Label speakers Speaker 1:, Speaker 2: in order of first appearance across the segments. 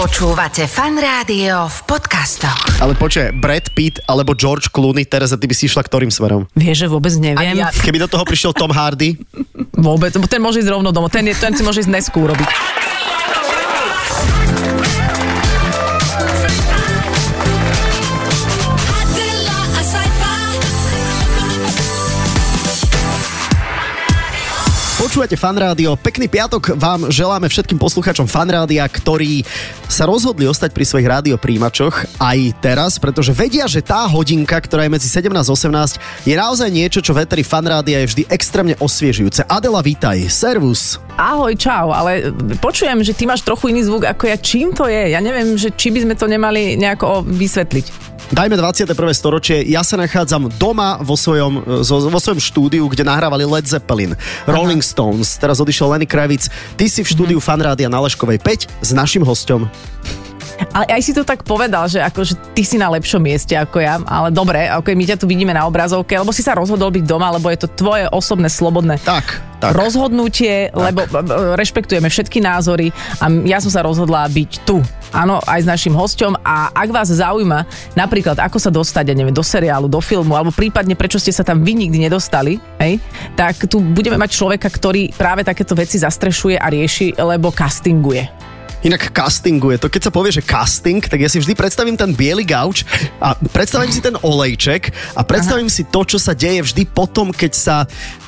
Speaker 1: Počúvate fan rádio v podcastoch.
Speaker 2: Ale počkaj, Brad Pitt alebo George Clooney, teraz ty by si išla ktorým smerom?
Speaker 3: Vieš, že vôbec neviem.
Speaker 1: Ani ja.
Speaker 2: Keby do toho prišiel Tom Hardy,
Speaker 3: Vôbec, bo ten môže ísť rovno domov. Ten, je, ten si môže ísť dnesku urobiť.
Speaker 4: Adela, a sci-fi.
Speaker 2: počúvate Fanrádio. Pekný piatok vám želáme všetkým poslucháčom Fanrádia, ktorí sa rozhodli ostať pri svojich rádiopríjimačoch aj teraz, pretože vedia, že tá hodinka, ktorá je medzi 17 a 18, je naozaj niečo, čo veteri Fanrádia je vždy extrémne osviežujúce. Adela, vítaj. Servus.
Speaker 3: Ahoj, čau, ale počujem, že ty máš trochu iný zvuk ako ja. Čím to je? Ja neviem, že či by sme to nemali nejako vysvetliť.
Speaker 2: Dajme 21. storočie, ja sa nachádzam doma vo svojom, e, zo- vo svojom štúdiu, kde nahrávali Led Zeppelin, Rolling Stones, teraz odišiel Lenny Kravitz. Ty si v štúdiu mm-hmm. Fanrádia na Leškovej 5 s našim hostom.
Speaker 3: Ale aj si to tak povedal, že akože ty si na lepšom mieste ako ja, ale dobre, ok, my ťa tu vidíme na obrazovke, lebo si sa rozhodol byť doma, lebo je to tvoje osobné, slobodné
Speaker 2: Tak, tak.
Speaker 3: rozhodnutie, tak. lebo b- b- rešpektujeme všetky názory a m- ja som sa rozhodla byť tu. Áno, aj s našim hosťom a ak vás zaujíma napríklad, ako sa dostať, ja neviem, do seriálu, do filmu, alebo prípadne prečo ste sa tam vy nikdy nedostali, hej, tak tu budeme mať človeka, ktorý práve takéto veci zastrešuje a rieši, lebo castinguje.
Speaker 2: Inak castingu je to, keď sa povie, že casting, tak ja si vždy predstavím ten biely gauč a predstavím si ten olejček a predstavím Aha. si to, čo sa deje vždy potom, keď sa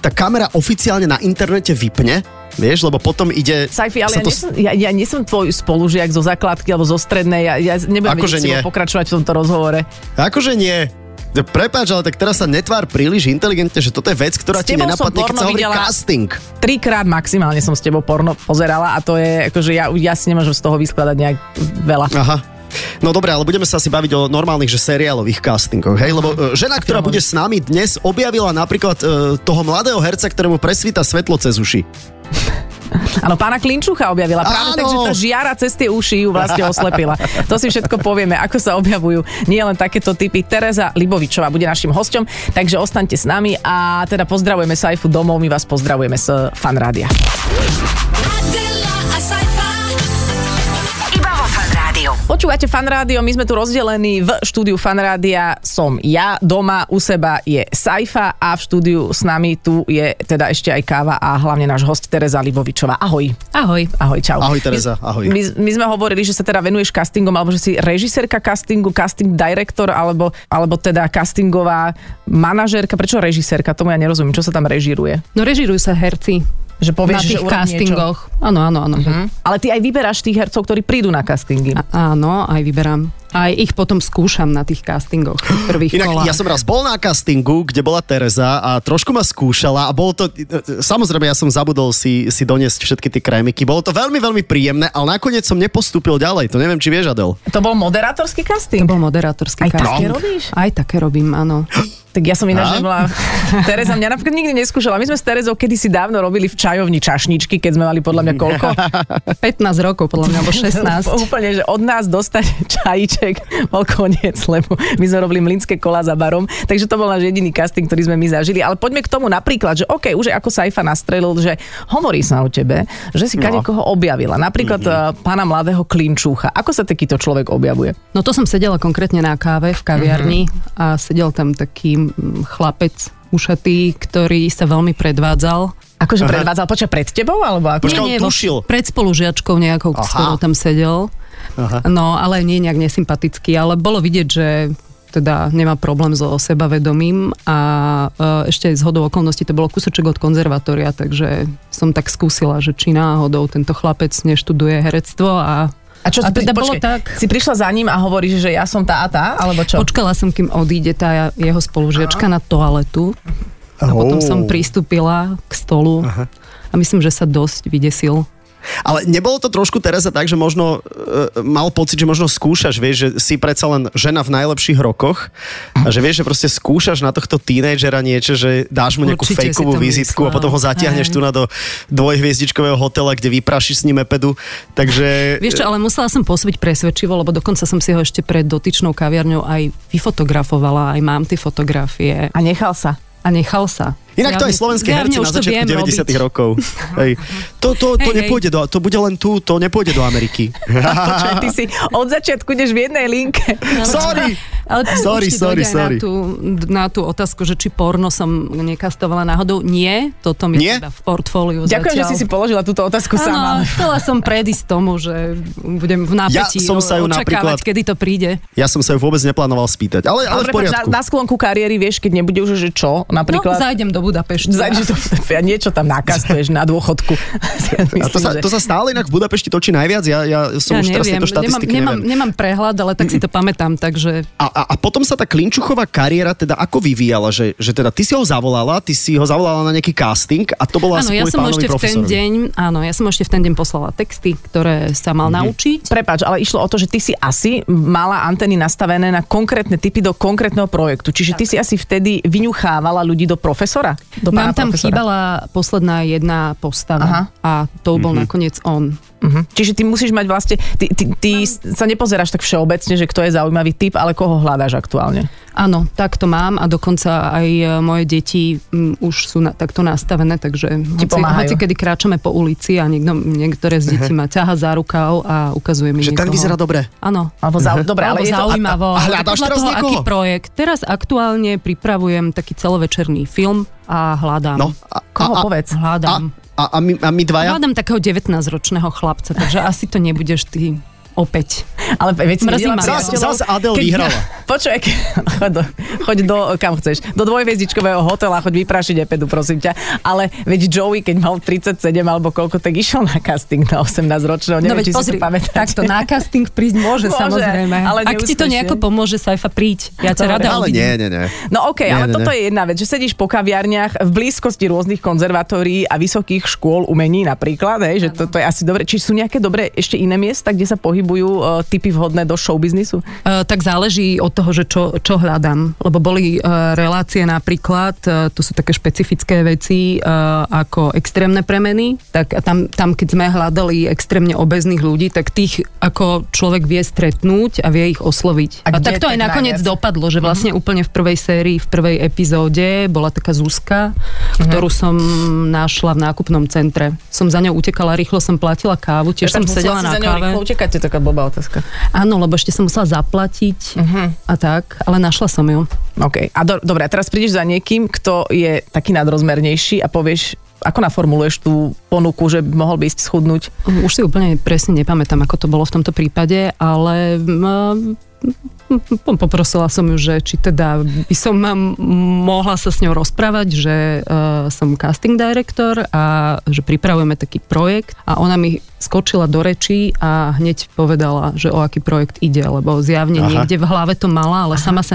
Speaker 2: tá kamera oficiálne na internete vypne. Vieš, lebo potom ide...
Speaker 3: Saifi,
Speaker 2: sa
Speaker 3: ale ja, to... nie som, ja, ja nie som tvoj spolužiak zo základky alebo zo strednej, ja, ja nebudem
Speaker 2: Akože
Speaker 3: vedieť s tebou
Speaker 2: nie.
Speaker 3: pokračovať v tomto rozhovore.
Speaker 2: Akože nie. Prepáč, ale tak teraz sa netvár príliš inteligentne, že toto je vec, ktorá
Speaker 3: S
Speaker 2: ti
Speaker 3: tebou som
Speaker 2: nenapadne, keď
Speaker 3: porno
Speaker 2: sa hovorí
Speaker 3: videla.
Speaker 2: casting.
Speaker 3: trikrát maximálne som s tebou porno pozerala a to je, akože ja, ja si nemôžem z toho vyskladať nejak veľa.
Speaker 2: Aha. No dobre, ale budeme sa asi baviť o normálnych, že seriálových castingoch, hej? Lebo e, žena, ktorá bude s nami dnes, objavila napríklad e, toho mladého herca, ktorému presvíta svetlo cez uši.
Speaker 3: Áno, pána Klinčucha objavila. Práve
Speaker 2: Áno.
Speaker 3: tak, že tá žiara cez tie uši ju vlastne oslepila. To si všetko povieme, ako sa objavujú nie len takéto typy. Tereza Libovičová bude našim hosťom, takže ostaňte s nami a teda pozdravujeme Saifu domov, my vás pozdravujeme z Fanrádia.
Speaker 4: Adela, a sci-fi.
Speaker 1: Iba vo fan rádiu.
Speaker 3: Počúvate Fanrádio, my sme tu rozdelení v štúdiu Fanrádia, som ja, doma u seba je Saifa a v štúdiu s nami tu je teda ešte aj káva a hlavne náš host Tereza Libovičová. Ahoj.
Speaker 5: Ahoj.
Speaker 3: Ahoj, čau.
Speaker 2: Ahoj, Tereza, ahoj.
Speaker 3: My, my sme hovorili, že sa teda venuješ castingom, alebo že si režisérka castingu, casting director, alebo, alebo teda castingová manažérka. Prečo režisérka? Tomu ja nerozumiem. Čo sa tam režiruje?
Speaker 5: No režirujú sa herci
Speaker 3: Že
Speaker 5: na
Speaker 3: povieš, že
Speaker 5: tých
Speaker 3: urobím Mhm.
Speaker 5: castingoch. Áno, áno, áno. Uh-huh.
Speaker 3: Niečo. Ale ty aj vyberáš tých hercov, ktorí prídu na castingy.
Speaker 5: Áno, aj vyberám. Aj ich potom skúšam na tých castingoch v prvých
Speaker 2: Inak
Speaker 5: kolách.
Speaker 2: ja som raz bol na castingu, kde bola Tereza a trošku ma skúšala a bolo to, e, samozrejme ja som zabudol si, si doniesť všetky tie krémiky, bolo to veľmi, veľmi príjemné, ale nakoniec som nepostúpil ďalej, to neviem, či vieš, Adel.
Speaker 3: To bol moderátorský casting?
Speaker 5: To bol moderátorský
Speaker 3: Aj také
Speaker 5: casting.
Speaker 3: robíš?
Speaker 5: Aj také robím, áno.
Speaker 3: Tak ja som
Speaker 2: A?
Speaker 3: ináč nebola... Tereza mňa napríklad nikdy neskúšala. My sme s Terezou kedysi dávno robili v čajovni čašničky, keď sme mali podľa mňa koľko?
Speaker 5: 15 rokov podľa mňa, alebo 16.
Speaker 3: Úplne, že od nás dostať čajíček bol koniec, lebo my sme robili mlinské kola za barom, takže to bol náš jediný casting, ktorý sme my zažili. Ale poďme k tomu napríklad, že OK, už je ako Saifa nastrelil, že hovorí sa o tebe, že si kade koho objavila. Napríklad mm-hmm. pána mladého Klinčúcha. Ako sa takýto človek objavuje?
Speaker 5: No to som sedela konkrétne na káve v kaviarni
Speaker 3: Mhm.
Speaker 5: a sedel tam taký mm, chlapec ušatý, ktorý sa veľmi predvádzal.
Speaker 3: Akože predvádzal, počkaj, pred tebou? Alebo ako?
Speaker 2: Počkaj, on
Speaker 5: vo-
Speaker 2: tušil.
Speaker 5: Pred spolužiačkou nejakou,
Speaker 2: Aha.
Speaker 5: s ktorou tam
Speaker 2: Aha.
Speaker 5: sedel. Aha. No, ale nie nejak nesympatický, ale bolo vidieť, že teda nemá problém so sebavedomím a e, ešte z hodou okolností to bolo kúsoček od konzervatória, takže som tak skúsila, že či náhodou tento chlapec neštuduje herectvo a
Speaker 3: A čo,
Speaker 5: a
Speaker 3: pri-
Speaker 5: teda bolo
Speaker 3: počkaj,
Speaker 5: tak?
Speaker 3: si prišla za ním a hovoríš, že ja som tá a tá, alebo čo?
Speaker 5: Počkala som, kým odíde tá jeho spolužiačka na toaletu a potom som pristúpila k stolu a myslím, že sa dosť vydesil.
Speaker 2: Ale nebolo to trošku Tereza tak, že možno e, mal pocit, že možno skúšaš, vieš, že si predsa len žena v najlepších rokoch a že vieš, že proste skúšaš na tohto tínejdžera niečo, že dáš mu nejakú
Speaker 5: Určite si
Speaker 2: fejkovú
Speaker 5: to
Speaker 2: vizitku a
Speaker 5: myslel.
Speaker 2: potom ho zatiahneš
Speaker 5: Hej.
Speaker 2: tu na do dvojhviezdičkového hotela, kde vyprášiš s ním epedu. Takže...
Speaker 5: Vieš čo, ale musela som pôsobiť presvedčivo, lebo dokonca som si ho ešte pred dotyčnou kaviarňou aj vyfotografovala, aj mám tie fotografie.
Speaker 3: A nechal sa.
Speaker 5: a nechal sa.
Speaker 2: Inak to aj
Speaker 5: Zjavne-
Speaker 2: slovenské
Speaker 5: zjavne
Speaker 2: herci
Speaker 5: už
Speaker 2: na
Speaker 5: to
Speaker 2: začiatku
Speaker 5: viem
Speaker 2: 90
Speaker 5: robiť.
Speaker 2: rokov. Hej. To, to, to,
Speaker 5: Hej, hej.
Speaker 2: nepôjde do, to bude len tu, to nepôjde do Ameriky.
Speaker 3: Počkaj, ty si od začiatku ideš v jednej linke.
Speaker 2: Sorry!
Speaker 5: Ale to
Speaker 2: Sorry,
Speaker 5: určite
Speaker 2: sorry,
Speaker 5: dojde aj
Speaker 2: sorry.
Speaker 5: Na tú, na tú otázku, že či porno som nekastovala náhodou. Nie, toto mi
Speaker 2: Nie?
Speaker 5: teda v portfóliu
Speaker 3: Ďakujem, že
Speaker 5: zatiaľ.
Speaker 3: si si položila túto otázku
Speaker 5: Áno,
Speaker 3: sama.
Speaker 5: chcela som predísť tomu, že budem v napätí
Speaker 2: som sa ju
Speaker 5: očakávať,
Speaker 2: napríklad-
Speaker 5: kedy to príde.
Speaker 2: Ja som sa ju vôbec neplánoval spýtať, ale, ale v
Speaker 3: prepáč,
Speaker 2: poriadku.
Speaker 3: Na, na sklonku kariéry vieš, keď nebude už, že čo,
Speaker 5: No,
Speaker 3: napríklad...
Speaker 5: zajdem do Budapešti.
Speaker 3: Zajdeš do a niečo tam nakastuješ na dôchodku. Myslím,
Speaker 2: A to sa,
Speaker 3: že-
Speaker 2: to sa stále inak v Budapešti točí najviac, ja, ja som
Speaker 5: Ja
Speaker 2: už teraz
Speaker 5: neviem,
Speaker 2: tieto
Speaker 5: nemám,
Speaker 2: štatistiky
Speaker 5: nemám,
Speaker 2: neviem.
Speaker 5: nemám prehľad, ale tak si to pamätám, takže
Speaker 2: A, a, a potom sa tá Klinčuchová kariéra teda ako vyvíjala, že, že teda ty si ho zavolala, ty si ho zavolala na nejaký casting a to bolo
Speaker 5: áno,
Speaker 2: asi
Speaker 5: ja
Speaker 2: kvôli
Speaker 5: som
Speaker 2: pánovi
Speaker 5: ešte v ten
Speaker 2: profesorovi.
Speaker 5: deň, áno, ja som ešte v ten deň poslala texty, ktoré sa
Speaker 2: Mhm.
Speaker 5: mal naučiť.
Speaker 3: Prepač, ale išlo o to, že ty si asi mala anteny nastavené na konkrétne typy do konkrétneho projektu. Čiže ty si asi vtedy vyňuchávala ľudí do profesora? Do pána
Speaker 5: Nám tam
Speaker 3: profesora.
Speaker 5: chýbala posledná jedna
Speaker 3: Aha.
Speaker 5: postava a to bol nakoniec on.
Speaker 3: Mhm. Čiže ty musíš mať vlastne, ty, ty, ty sa nepozeráš tak všeobecne, že kto je zaujímavý typ, ale koho hľadáš aktuálne.
Speaker 5: Áno, tak to mám a dokonca aj e, moje deti m, už sú na, takto nastavené, takže hoci,
Speaker 3: pomáhajú.
Speaker 5: hoci kedy kráčame po ulici a niekto, niektoré z detí ma ťaha za rukav a ukazuje mi
Speaker 2: Mhm. Že ten
Speaker 5: niekoho.
Speaker 2: vyzerá dobre.
Speaker 5: Áno.
Speaker 3: Alebo zau, dobre, ale
Speaker 5: Mhm. Alebo
Speaker 3: je to,
Speaker 5: zaujímavo.
Speaker 2: a- a hľadáš
Speaker 5: podľa
Speaker 2: teraz
Speaker 5: toho, aký
Speaker 2: niekoho?
Speaker 5: projekt. Teraz aktuálne pripravujem taký celovečerný film a hľadám.
Speaker 2: No, a, a, a,
Speaker 3: koho povedz.
Speaker 2: a,
Speaker 5: Hľadám.
Speaker 2: a, a, my, a my dvaja?
Speaker 5: Hľadám takého 19-ročného chlapca, takže asi to nebudeš ty opäť.
Speaker 3: Ale veď si
Speaker 5: Mrzí
Speaker 3: videla
Speaker 5: ma.
Speaker 3: priateľov.
Speaker 2: Zas- zas Adele
Speaker 3: Keď-
Speaker 2: vyhrala.
Speaker 3: Počuj, ke- choď do, choď do, kam chceš. Do dvojhviezdičkového hotela, choď vyprašiť epedu, prosím ťa. Ale veď Joey, keď mal 37 alebo koľko, tak išiel na casting na 18 ročného. Neviem, či si to pamätáš.
Speaker 5: No takto na casting prísť môže,
Speaker 3: Môže,
Speaker 5: samozrejme.
Speaker 3: ale
Speaker 5: Ak ti to
Speaker 3: neúspešne.
Speaker 5: nejako pomôže, Saifa, príď. Ja ťa
Speaker 3: Dobre.
Speaker 5: rada
Speaker 2: Ale nie,
Speaker 5: uvidím.
Speaker 2: nie, nie.
Speaker 3: No okej,
Speaker 2: Nie,
Speaker 3: ale
Speaker 2: nie,
Speaker 3: toto
Speaker 2: nie.
Speaker 3: je jedna vec, že sedíš po kaviarniach v blízkosti rôznych konzervatórií a vysokých škôl umení napríklad, hej, že toto je asi dobre. Či sú nejaké dobre ešte iné miesta, kde sa pohybujú e, typy vhodné do showbiznisu?
Speaker 5: E, tak záleží od toho, že čo, čo hľadám. Lebo boli e, relácie napríklad, e, tu sú také špecifické veci e, ako extrémne premeny, tak a tam, tam keď sme hľadali extrémne obezných ľudí, tak tých ako človek vie stretnúť a vie ich osloviť.
Speaker 3: A
Speaker 5: A, a
Speaker 3: kde
Speaker 5: tak to
Speaker 3: tak
Speaker 5: aj nakoniec
Speaker 3: najviac?
Speaker 5: dopadlo, že vlastne úplne v prvej sérii, v prvej epizóde bola taká Zuzka,
Speaker 3: Mhm.
Speaker 5: ktorú som našla v nákupnom centre. Som za ňou utekala rýchlo, som platila kávu, tiež som sedela na káve.
Speaker 3: Utekáte, to je taká blbá otázka.
Speaker 5: Áno, lebo ešte som musela zaplatiť uh-huh.
Speaker 2: Mhm.
Speaker 5: a tak, ale našla som ju.
Speaker 3: OK. A do, dobre, a teraz prídeš za niekým, kto je taký nadrozmernejší a povieš, ako naformuluješ tú ponuku, že by mohol by ísť schudnúť?
Speaker 5: Už si úplne presne nepamätám, ako to bolo v tomto prípade, ale mm, mm, poprosila som ju, že či teda by som mm, mohla sa s ňou rozprávať, že uh, som casting director a že pripravujeme taký projekt a ona mi skočila do rečí a hneď povedala, že o aký projekt ide, lebo zjavne
Speaker 2: Aha.
Speaker 5: Aha. niekde v hlave to mala, ale Aha. sama sa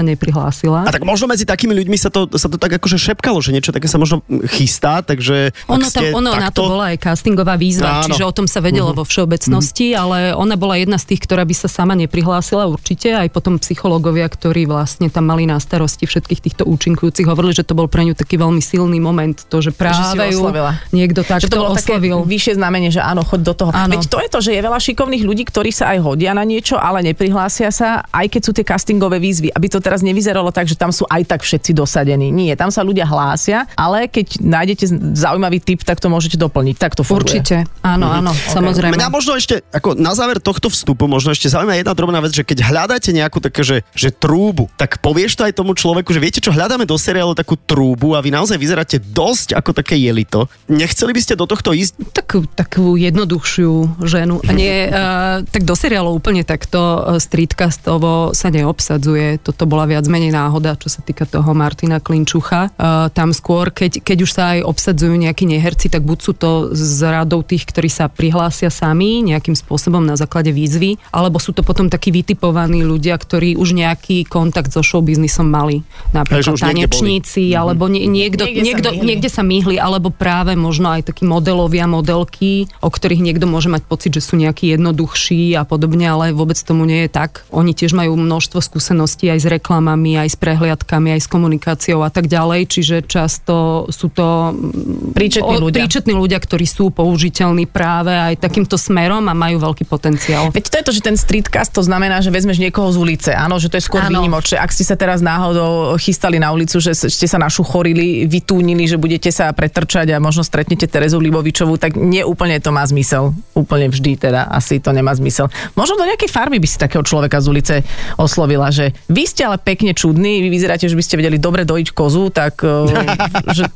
Speaker 2: A
Speaker 5: neprihlásila.
Speaker 2: tak možno medzi takými ľuďmi sa to, sa to tak akože šepkalo, že niečo také sa možno chystá, takže ak
Speaker 5: Ono, tam,
Speaker 2: ste
Speaker 5: ono
Speaker 2: takto...
Speaker 5: na to bola aj castingová výzva,
Speaker 2: Áno.
Speaker 5: Áno. čiže o tom sa vedelo uh-huh. vo všeobecnosti, uh-huh. ale ona bola jedna z tých, ktorá by sa sama neprihlásila určite, aj potom psychológovia, ktorí vlastne tam mali na starosti všetkých týchto účinkujúcich, hovorili, že to bol pre ňu taký veľmi silný moment, to,
Speaker 3: si ju
Speaker 5: že práve ju
Speaker 3: oslovila.
Speaker 5: niekto
Speaker 3: že
Speaker 5: takto
Speaker 3: to bolo
Speaker 5: oslovil.
Speaker 3: také vyššie znamenie, že áno, chod do toho.
Speaker 5: Áno.
Speaker 3: Veď to je to, že je veľa šikovných ľudí, ktorí sa aj hodia na niečo, ale neprihlásia sa, aj keď sú tie castingové výzvy. Aby to teraz nevyzeralo tak, že tam sú aj tak všetci dosadení. Nie, tam sa ľudia hlásia, ale keď nájdete zaujímavý tip, tak to môžete doplniť. Tak to funguje.
Speaker 5: Určite, áno, áno, samozrejme.
Speaker 2: Mňa možno ešte, ako na záver tohto vstupu, možno ešte zaujíma jedna drobná vec, že keď hľadáte nejakú také, že, že trúbu, tak povieš to aj tomu človeku, že viete čo, hľadáme do seriálu takú trúbu a vy naozaj vyzeráte dosť ako také jelito. Nechceli by ste do tohto ísť?
Speaker 5: takú, takú jednoduchšiu ženu. A nie, uh, tak do seriálov úplne takto eh, streetcastovo sa neobsadzuje. Toto bola viac menej náhoda, čo sa týka toho Martina Klinčucha. Uh, tam skôr, keď, keď už sa aj obsadzujú nejakí neherci, tak buď sú to z radou tých, ktorí sa prihlásia sami nejakým spôsobom na základe výzvy, alebo sú to potom takí vytipovaní ľudia, ktorí už nejaký kontakt so showbiznisom mali.
Speaker 2: Takže
Speaker 5: Napríklad
Speaker 2: už niekde boli.
Speaker 5: tanečníci, alebo nie, niekto,
Speaker 3: Niekde sa
Speaker 5: niekto,
Speaker 3: myhli.
Speaker 5: niekto, niekde sa myhli, alebo práve možno aj takí modelovia, modelky, o ktorých niekto môže mať pocit, že sú nejakí jednoduchší a podobne, ale vôbec tomu nie je tak. Oni tiež majú množstvo skúseností aj s reklamami, aj s prehliadkami, aj s komunikáciou a tak ďalej, čiže často sú to mm,
Speaker 3: Príčetní ľudia.
Speaker 5: príčetní ľudia, ktorí sú použiteľní práve aj takýmto smerom a majú veľký potenciál.
Speaker 3: Veď to je to, že ten streetcast to znamená, že vezmeš niekoho z ulice. Áno, že to je skôr
Speaker 5: Áno.
Speaker 3: výnimočné. Ak ste sa teraz náhodou chystali na ulicu, že ste sa našuchorili, vytúnili, že budete sa pretrčať a možno stretnete Terezu Libovičovú, tak nie úplne to má zmysel. Úplne vždy teda asi to nemá zmysel. Možno do nejakej farmy by si takého človeka z ulice oslovila, že vy ste ale pekne čudní, vy vyzeráte, že by ste vedeli dobre dojiť kozu, tak eh, že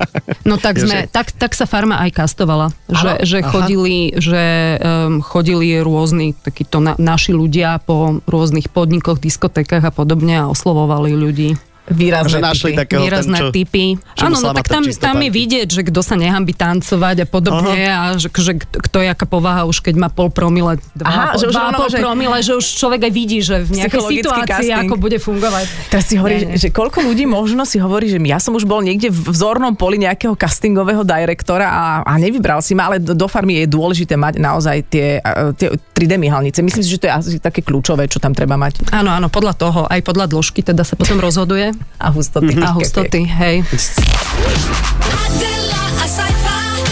Speaker 5: No tak, sme, tak, tak sa farma aj kastovala, že, že chodili, že, um, chodili rôzni takíto na, naši ľudia po rôznych podnikoch, diskotékach a podobne a oslovovali ľudí.
Speaker 3: výrazné
Speaker 2: Že našli
Speaker 3: typy.
Speaker 2: takého ten, čo...
Speaker 5: Výrazné typy.
Speaker 2: čo mu
Speaker 5: Áno, no
Speaker 2: slama
Speaker 5: tak tam,
Speaker 2: trčí z
Speaker 5: tam je
Speaker 2: topánky.
Speaker 5: vidieť, že kto sa nehambi tancovať a podobne Aha. a že, že kto kto je aká povaha už keď má pol promile, dva,
Speaker 3: Aha,
Speaker 5: Aha,
Speaker 3: že
Speaker 5: že
Speaker 3: už
Speaker 5: dva
Speaker 3: áno,
Speaker 5: pol
Speaker 3: že-
Speaker 5: promile, že už človek aj vidí, že v nejakej
Speaker 3: Psychologický
Speaker 5: situácii
Speaker 3: casting.
Speaker 5: ako bude fungovať.
Speaker 3: Teraz si hovorí,
Speaker 5: Nie, nie.
Speaker 3: že koľko ľudí možno si hovorí, že ja som už bol niekde v vzornom poli nejakého castingového direktora a, a nevybral si ma, ale do, do farmy je dôležité mať naozaj tie, a, tie 3D myhalnice. Myslím si, že to je asi také kľúčové, čo tam treba mať.
Speaker 5: Áno, áno, podľa toho, aj podľa dĺžky teda sa potom rozhoduje.
Speaker 3: A hustoty.
Speaker 5: A hustoty, hej.
Speaker 4: Adela, a sci-fi.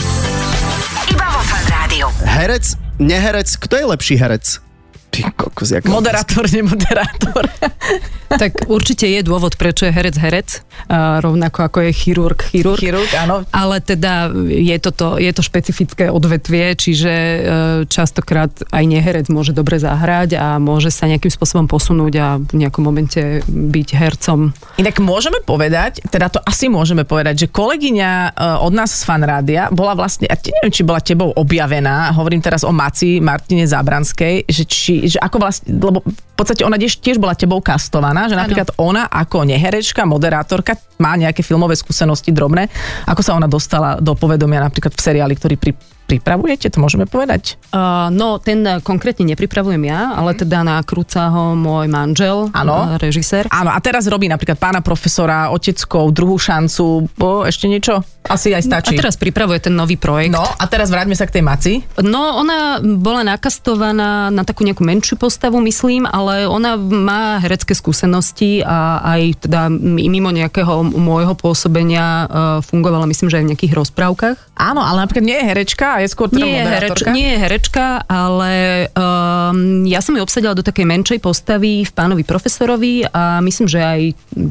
Speaker 1: Iba vo Fan Rádiu.
Speaker 2: Herec, neherec, kto je lepší herec? Ty kokos, jaká
Speaker 3: Moderátor, nemoderátor.
Speaker 5: Tak určite je dôvod, prečo je herec herec, a rovnako ako je chirurg chirurg.
Speaker 3: Chirurg, áno.
Speaker 5: Ale teda je to, to, je to špecifické odvetvie, čiže e, častokrát aj neherec môže dobre zahrať a môže sa nejakým spôsobom posunúť a v nejakom momente byť hercom. E,
Speaker 3: Inak môžeme povedať, teda to asi môžeme povedať, že kolegyňa e, od nás z fanrádia bola vlastne, a te- neviem, či bola tebou objavená, hovorím teraz o Maci Martine Zábranskej, že, či, že ako vlastne, lebo v podstate ona tiež, tiež bola tebou kastovaná, že napríklad ona ako neherečka, moderátorka má nejaké filmové skúsenosti drobné, ako sa ona dostala do povedomia napríklad v seriáli, ktorý pri, pripravujete, to môžeme povedať.
Speaker 5: Uh, no, ten e, konkrétne nepripravujem ja, ale teda nakrúca ho môj manžel,
Speaker 3: Mhm. Áno.
Speaker 5: e, režisér.
Speaker 3: Áno, a teraz robí napríklad pána profesora, oteckov, druhú šancu, bo ešte niečo? Asi aj
Speaker 5: No, A
Speaker 3: stačí.
Speaker 5: teraz pripravuje ten nový projekt.
Speaker 3: No a teraz vráťme sa k tej maci.
Speaker 5: No, ona bola nakastovaná na takú nejakú menšiu postavu, myslím, ale ona má herecké skúsenosti a aj teda m- mimo nejakého m- môjho pôsobenia e, fungovala, myslím, že aj v nejakých rozprávkach.
Speaker 3: Áno, ale napríklad nie je herečka a je skôr teda
Speaker 5: Nie je, hereč,
Speaker 3: moderátorka.
Speaker 5: nie je herečka, ale um, ja som ju obsadila do takej menšej postavy v pánovi profesorovi a myslím, že aj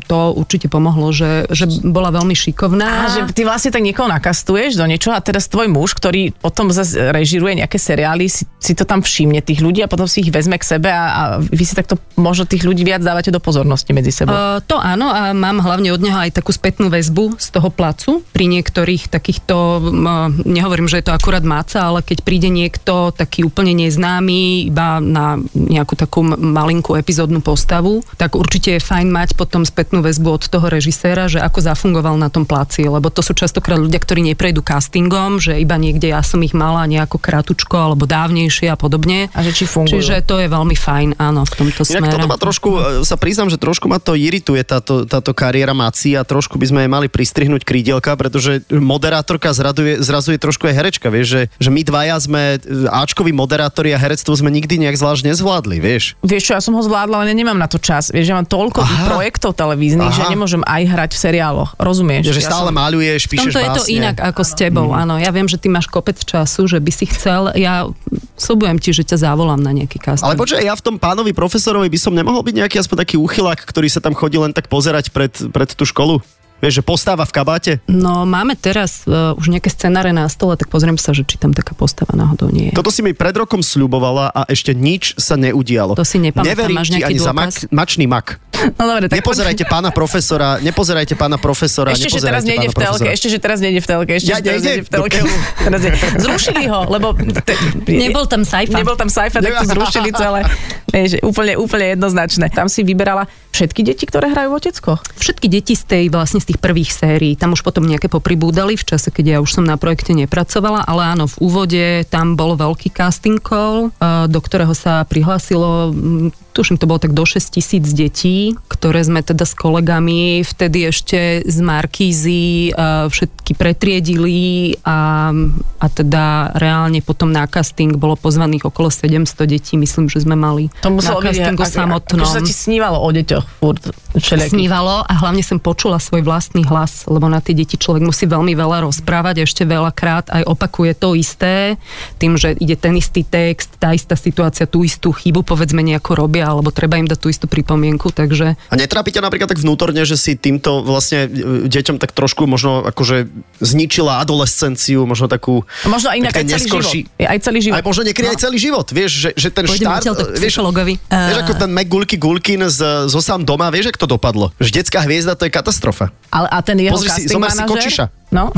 Speaker 5: to určite pomohlo, že, že bola veľmi šikovná.
Speaker 3: A že ty vlastne tak niekoho nakastuješ do niečoho a teraz tvoj muž, ktorý potom zase režiruje nejaké seriály, si, si to tam všimne tých ľudí a potom si ich vezme k sebe a, a vy si takto možno tých ľudí viac dávate do pozornosti medzi sebou.
Speaker 5: Uh, to áno a mám hlavne od neho aj takú spätnú väzbu z toho placu. Pri niektorých takýchto, m, nehovorím, že je to akurát máca, ale keď príde niekto taký úplne neznámy iba na nejakú takú m- malinkú epizódnu postavu, tak určite je fajn mať potom spätnú väzbu od toho režiséra, že ako zafungoval na tom placi, lebo to sú častokrát ľudia, ktorí neprejdú castingom, že iba niekde ja som ich mala nejako kratučko alebo dávnejšie a podobne.
Speaker 3: A že či fungujú.
Speaker 5: Čiže to je veľmi fajn, áno, v tomto smere.
Speaker 2: Inak toto ma trošku, e, sa priznám, že trošku ma to irituje táto, táto kariéra Maci a trošku by sme jej mali pristrihnúť krídielka, pretože moderátorka zraduje, zrazu je trošku aj herečka, vieš, že, že my dvaja sme e, Ačkoví moderátori a herectvo sme nikdy nejak zvlášť nezvládli, vieš.
Speaker 3: Vieš čo, ja som ho zvládla, ale ja nemám na to čas. Vieš, ja mám toľko
Speaker 2: Aha.
Speaker 3: projektov televíznych,
Speaker 2: Aha.
Speaker 3: že nemôžem aj hrať v seriáloch. Rozumieš?
Speaker 2: Že
Speaker 3: ja
Speaker 2: stále
Speaker 3: som...
Speaker 2: maľuješ,
Speaker 5: V
Speaker 2: píšeš
Speaker 5: tomto je to
Speaker 2: básne. Mm.
Speaker 5: inak ako s tebou, áno. Ja viem, že ty máš kopec času, že by si chcel. Ja slúbujem ti, že ťa zavolám na nejaký casting.
Speaker 2: Ale počkaj, ja v tom pánovi profesorovi by som nemohol byť nejaký aspoň taký uchylák, ktorý sa tam chodí len tak pozerať pred, pred tú školu. Vieš, že postáva v kabáte.
Speaker 5: No, máme teraz uh, už nejaké scenáre na stole, tak pozriem sa, že či tam taká postava náhodou nie je.
Speaker 2: Toto si mi pred rokom sľubovala a ešte nič sa neudialo.
Speaker 5: To si nepamätám,
Speaker 2: Neverím
Speaker 5: máš
Speaker 2: ti
Speaker 5: nejaký
Speaker 2: ani za mak,
Speaker 5: dôkaz?
Speaker 2: mačný mak.
Speaker 3: No dobre, tak...
Speaker 2: nepozerajte pána profesora, nepozerajte pána profesora,
Speaker 3: Ešte,
Speaker 2: nepozerajte
Speaker 3: že teraz nejde
Speaker 2: pána
Speaker 3: v telke,
Speaker 2: profesora.
Speaker 3: ešte, že teraz nejde v telke, ešte,
Speaker 2: Ja
Speaker 3: že teraz
Speaker 2: nejde
Speaker 3: nejde v telke.
Speaker 2: do keľu.
Speaker 3: Teraz je- Zrušili ho, lebo... Te,
Speaker 5: Nebol tam Saifa.
Speaker 3: Nebol tam Saifa, tak to
Speaker 2: Nebol.
Speaker 3: zrušili celé. Vieš, úplne, úplne jednoznačné. Tam si vyberala všetky deti, ktoré hrajú v oteckoch.
Speaker 5: Všetky deti z tej vlastne z tých prvých sérií, tam už potom nejaké popribúdali v čase, keď ja už som na projekte nepracovala, ale áno, v úvode tam bol veľký casting call, eh, do ktorého sa prihlásilo mm, tuším, to bolo tak do 6 tisíc detí, ktoré sme teda s kolegami vtedy ešte z Markízy e, všetky pretriedili a, a teda reálne potom na casting bolo pozvaných okolo 700 detí, myslím, že sme mali
Speaker 3: To muselo
Speaker 5: na
Speaker 3: byť,
Speaker 5: castingu
Speaker 3: ak- ak-
Speaker 5: samotnom.
Speaker 3: akože sa ti snívalo o deťoch furt všelijakých.
Speaker 5: Snívalo a hlavne som počula svoj vlastný hlas, lebo na tie deti človek musí veľmi veľa rozprávať, ešte veľakrát aj opakuje to isté, tým, že ide ten istý text, tá istá situácia, tú istú chybu, povedzme nejako robia, alebo treba im dať tú istú pripomienku, takže
Speaker 2: A netrápi ťa napríklad tak vnútorne, že si týmto vlastne e, deťom tak trošku možno akože zničila adolescenciu, možno takú...
Speaker 3: Možno aj inak
Speaker 2: taký
Speaker 3: aj
Speaker 2: ten
Speaker 3: celý život. Aj celý život. No.
Speaker 2: Aj možno niekedy aj celý život, vieš, že, že ten
Speaker 5: Pôjdeme
Speaker 2: štart...
Speaker 5: odtiaľto k psychologovi.
Speaker 2: vieš,
Speaker 3: Eh.
Speaker 2: ako ten Mac Gulky Gulkin z, zo sám doma, vieš, jak to dopadlo? Že detská hviezda to je katastrofa.
Speaker 3: Ale, a ten jeho
Speaker 2: Pozri si,
Speaker 3: casting
Speaker 2: zober si
Speaker 3: manažer-
Speaker 2: Kočiša.
Speaker 3: No.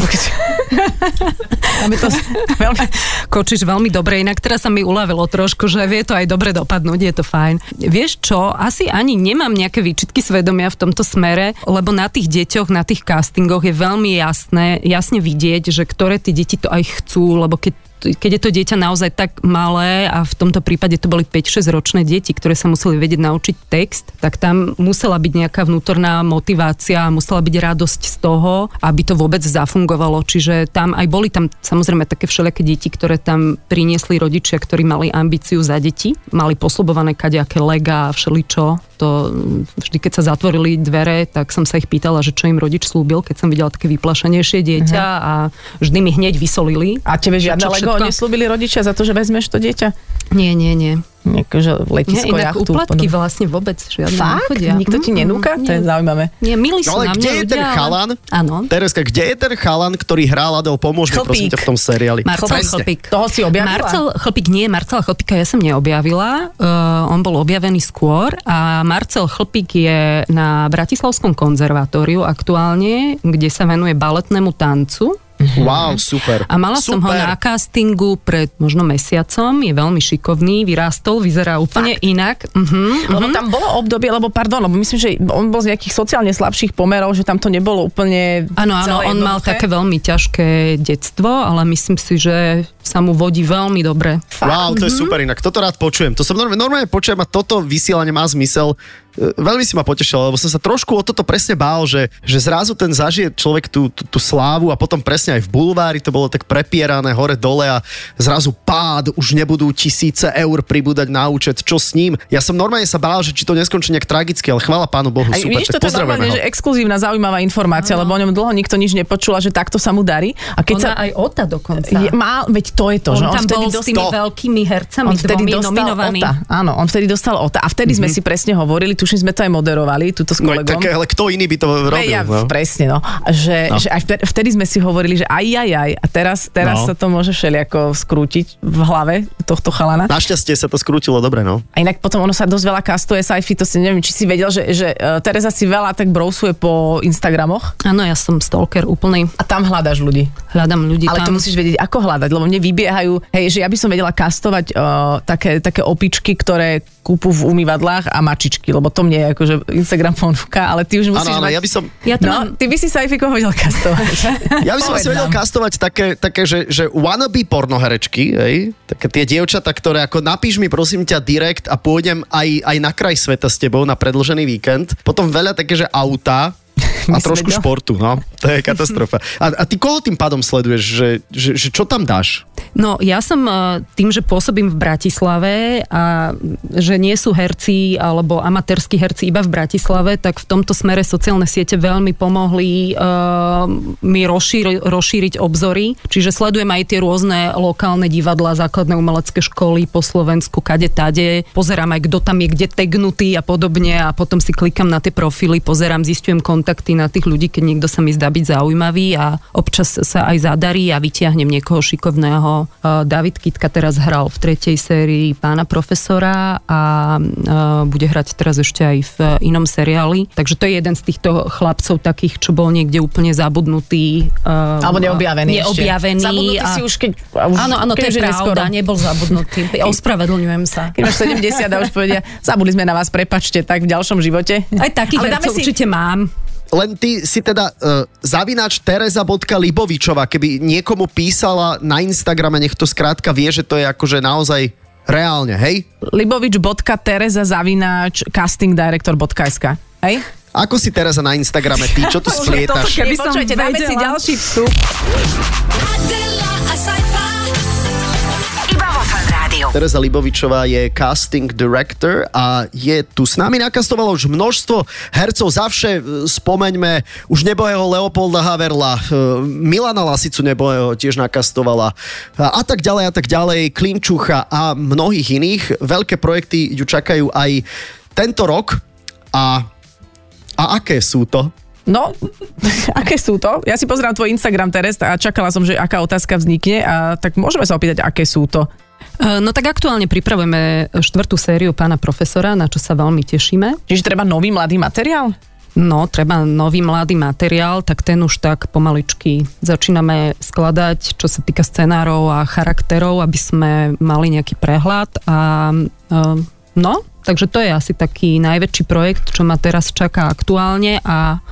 Speaker 3: Tam je to s- veľmi...
Speaker 5: Kočiš veľmi dobre, inak teraz sa mi uľavilo trošku, že vie to aj dobre dopadnúť, je to fajn. Vieš čo, asi ani nemám nejaké výčitky svedomia v tomto smere, lebo na tých deťoch, na tých castingoch je veľmi jasné, jasne vidieť, že ktoré tie deti to aj chcú, lebo keď keď je to dieťa naozaj tak malé a v tomto prípade to boli 5-6 ročné deti, ktoré sa museli vedieť naučiť text, tak tam musela byť nejaká vnútorná motivácia, musela byť radosť z toho, aby to vôbec zafungovalo. Čiže tam aj boli tam samozrejme také všelijaké deti, ktoré tam priniesli rodičia, ktorí mali ambíciu za deti, mali poslubované kadejaké lega a všeličo. To mm, vždy, keď sa zatvorili dvere, tak som sa ich pýtala, že čo im rodič slúbil, keď som videla také vyplašenejšie dieťa a vždy mi hneď
Speaker 3: Mhm.
Speaker 5: vysolili.
Speaker 3: A tebe žiadne
Speaker 5: Čo
Speaker 3: Lego
Speaker 5: všetko?
Speaker 3: neslúbili rodičia za to, že vezmeš to dieťa?
Speaker 5: Nie, nie, nie.
Speaker 3: Niekože
Speaker 5: Nie,
Speaker 3: letisko,
Speaker 5: inak
Speaker 3: jachtu.
Speaker 5: úplatky
Speaker 3: podobne.
Speaker 5: vlastne vôbec žiadne
Speaker 3: Fakt?
Speaker 5: nechodia.
Speaker 3: Nikto ti
Speaker 5: Mm,
Speaker 3: nenúka? To je
Speaker 5: Nie,
Speaker 3: zaujímavé.
Speaker 5: nie milí
Speaker 2: No
Speaker 5: sú na
Speaker 2: ale
Speaker 5: mňa
Speaker 2: kde je
Speaker 5: ľudia,
Speaker 2: ten
Speaker 5: ale-
Speaker 2: chalan?
Speaker 5: Áno.
Speaker 2: Tereska, kde je ten chalan, ktorý hrá Adel? Pomôž mi, prosím
Speaker 3: Chlpík.
Speaker 2: ťa, v tom seriáli.
Speaker 5: Marcel
Speaker 2: Presne.
Speaker 5: Chlpík.
Speaker 3: Toho si objavila?
Speaker 5: Marcel Chlpík nie, Marcel Chlpíka ja som neobjavila. Uh, on bol objavený skôr a Marcel Chlpík je na Bratislavskom konzervatóriu aktuálne, kde sa venuje baletnému tancu.
Speaker 2: Mhm. Wow, super.
Speaker 5: A mala
Speaker 2: super.
Speaker 5: som ho na castingu pred možno mesiacom, je veľmi šikovný, vyrástol, vyzerá úplne inak. Uh-huh,
Speaker 3: Lebo tam bolo obdobie, lebo pardon, lebo myslím, že on bol z nejakých sociálne slabších pomerov, že tam to nebolo úplne
Speaker 5: Áno, áno,
Speaker 3: celé
Speaker 5: on mal
Speaker 3: jednoduché.
Speaker 5: také veľmi ťažké detstvo, ale myslím si, že sa mu vodí veľmi dobre.
Speaker 2: Wow, to je
Speaker 5: Mhm.
Speaker 2: super inak. Toto rád počujem. To som normálne, normálne počujem a toto vysielanie má zmysel. E, Veľmi si ma potešilo, lebo som sa trošku o toto presne bál, že, že zrazu ten zažije človek tú, tú, tú slávu a potom presne aj v bulvári to bolo tak prepierané hore-dole a zrazu pád, už nebudú tisíce eur pribúdať na účet. Čo s ním? Ja som normálne sa bál, že či to neskončí nejak tragicky, ale chvála pánu Bohu,
Speaker 3: Aj,
Speaker 2: super.
Speaker 3: vidíš,
Speaker 2: tak
Speaker 3: toto je teda
Speaker 2: pozdravujeme
Speaker 3: normálne,
Speaker 2: ho.
Speaker 3: že exkluzívna zaujímavá informácia, lebo o ňom dlho nikto nič nepočula, že takto sa mu darí. A keď
Speaker 5: Keď
Speaker 3: sa...
Speaker 5: sa aj Ota dokonca.
Speaker 3: Je, má, veď to je to,
Speaker 5: on
Speaker 3: že on
Speaker 5: tam
Speaker 3: vtedy
Speaker 5: bol s
Speaker 3: dostal...
Speaker 5: tými veľkými hercami,
Speaker 3: On vtedy
Speaker 5: dvomi
Speaker 3: dostal
Speaker 5: nominovaný.
Speaker 3: OTA. Áno, on vtedy dostal OTA. A vtedy sme si presne hovorili, tuším, sme to aj moderovali, túto
Speaker 2: Mhm.
Speaker 3: s
Speaker 2: No,
Speaker 3: kolegom.
Speaker 2: tak, ale kto iný by to robil?
Speaker 3: ja,
Speaker 2: no?
Speaker 3: Presne, no. Že, no. že aj vte- vtedy sme si hovorili, že aj, aj, aj. A teraz,
Speaker 2: No.
Speaker 3: teraz no. sa to môže všelijako skrútiť v hlave tohto chalana.
Speaker 2: Našťastie sa to skrútilo dobre, no.
Speaker 3: A inak potom ono sa dosť veľa kastuje, sa aj Fito si neviem, či si vedel, že, že eh, Tereza si veľa tak brousuje po Instagramoch
Speaker 5: Áno, ja som stalker úplný.
Speaker 3: a tam hľadaš ľudí.
Speaker 5: Hľadám ľudí
Speaker 3: Ale to
Speaker 5: tam.
Speaker 3: musíš vedieť, ako hľadať, lebo mne vybiehajú, hej, že ja by som vedela kastovať uh, také, také opičky, ktoré kúpu v umývadlách a mačičky, lebo to mne je akože Instagram ponúka, ale ty už musíš
Speaker 2: Áno, áno,
Speaker 3: mať...
Speaker 2: ja by som,
Speaker 5: Ja to
Speaker 3: no,
Speaker 5: mám...
Speaker 3: ty by si sa aj Fiko vedel kastovať.
Speaker 2: Ja by som
Speaker 3: Povedz no.
Speaker 2: asi vedel
Speaker 3: nám.
Speaker 2: kastovať také, také že, že wannabe pornoherečky, hej? také tie dievčatá, ktoré ako napíš mi prosím ťa direkt a pôjdem aj, aj na kraj sveta s tebou na predlžený víkend. Potom veľa také, že auta a
Speaker 3: My si
Speaker 2: trošku
Speaker 3: vedel.
Speaker 2: športu, no. To je katastrofa. A, a ty koho tým pádom sleduješ, že, že, že čo tam dáš?
Speaker 5: No ja som eh, tým, že pôsobím v Bratislave a že nie sú herci alebo amatérskí herci iba v Bratislave, tak v tomto smere sociálne siete veľmi pomohli eh, mi rozšíri, rozšíriť obzory. Čiže sledujem aj tie rôzne lokálne divadla, základné umelecké školy po Slovensku, kade tade. Pozerám aj, kto tam je kde tegnutý a podobne a potom si klikam na tie profily, pozerám, zistujem kontakty na tých ľudí, keď niekto sa mi zdá byť zaujímavý a občas sa aj zadarí a vytiahnem niekoho šikovného. Eh, David Kitka teraz hral v tretej sérii pána profesora a eh, bude hrať teraz ešte aj v eh, inom seriáli. Takže to je jeden z týchto chlapcov takých, čo bol niekde úplne zabudnutý. eh,
Speaker 3: Alebo neobjavený
Speaker 5: Neobjavený.
Speaker 3: Ešte. Zabudnutý
Speaker 5: a-
Speaker 3: si už keď... a Už,
Speaker 5: Áno, áno, to je
Speaker 3: keďže
Speaker 5: pravda,
Speaker 3: neskoro.
Speaker 5: nebol zabudnutý. Ospravedlňujem sa.
Speaker 3: Keď máš 70 a už povedia, zabudli sme na vás, prepačte, tak v ďalšom živote.
Speaker 5: Aj takých
Speaker 3: Ale dáme
Speaker 5: hercov
Speaker 3: si-
Speaker 5: určite mám.
Speaker 2: Len ty si teda uh, zavináč Tereza.Libovičová, keby niekomu písala na Instagrame, nech to skrátka vie, že to je akože naozaj Reálne, hej?
Speaker 3: Libovič.tereza zavináč castingdirector.sk Hej?
Speaker 2: Ako si teraz na Instagrame ty? Čo tu splietaš?
Speaker 5: keby som
Speaker 3: Počujete, dáme si
Speaker 5: vedela.
Speaker 3: ďalší vstup.
Speaker 5: E,
Speaker 4: Adela, a sci-fi.
Speaker 1: Iba vo fan rádiu.
Speaker 2: Tereza Libovičová je casting director a je tu s nami. Nakastovalo už množstvo hercov. Zavše e, spomeňme už nebohého Leopolda Haverla, e, Milana Lasicu nebohého tiež nakastovala a a tak ďalej a tak ďalej, Klimčucha a mnohých iných. Veľké projekty ju čakajú aj tento rok a, a aké sú to?
Speaker 3: No, aké sú to? Ja si pozerám tvoj Instagram, Teres, a čakala som, že aká otázka vznikne, a tak môžeme sa opýtať, aké sú to.
Speaker 5: E, No tak aktuálne pripravujeme štvrtú sériu pána profesora, na čo sa veľmi tešíme.
Speaker 3: Čiže treba nový mladý materiál?
Speaker 5: No, treba nový mladý materiál, tak ten už tak pomaličky začíname skladať, čo sa týka scenárov a charakterov, aby sme mali nejaký prehľad. A, ehm, no, takže to je asi taký najväčší projekt, čo ma teraz čaká aktuálne a,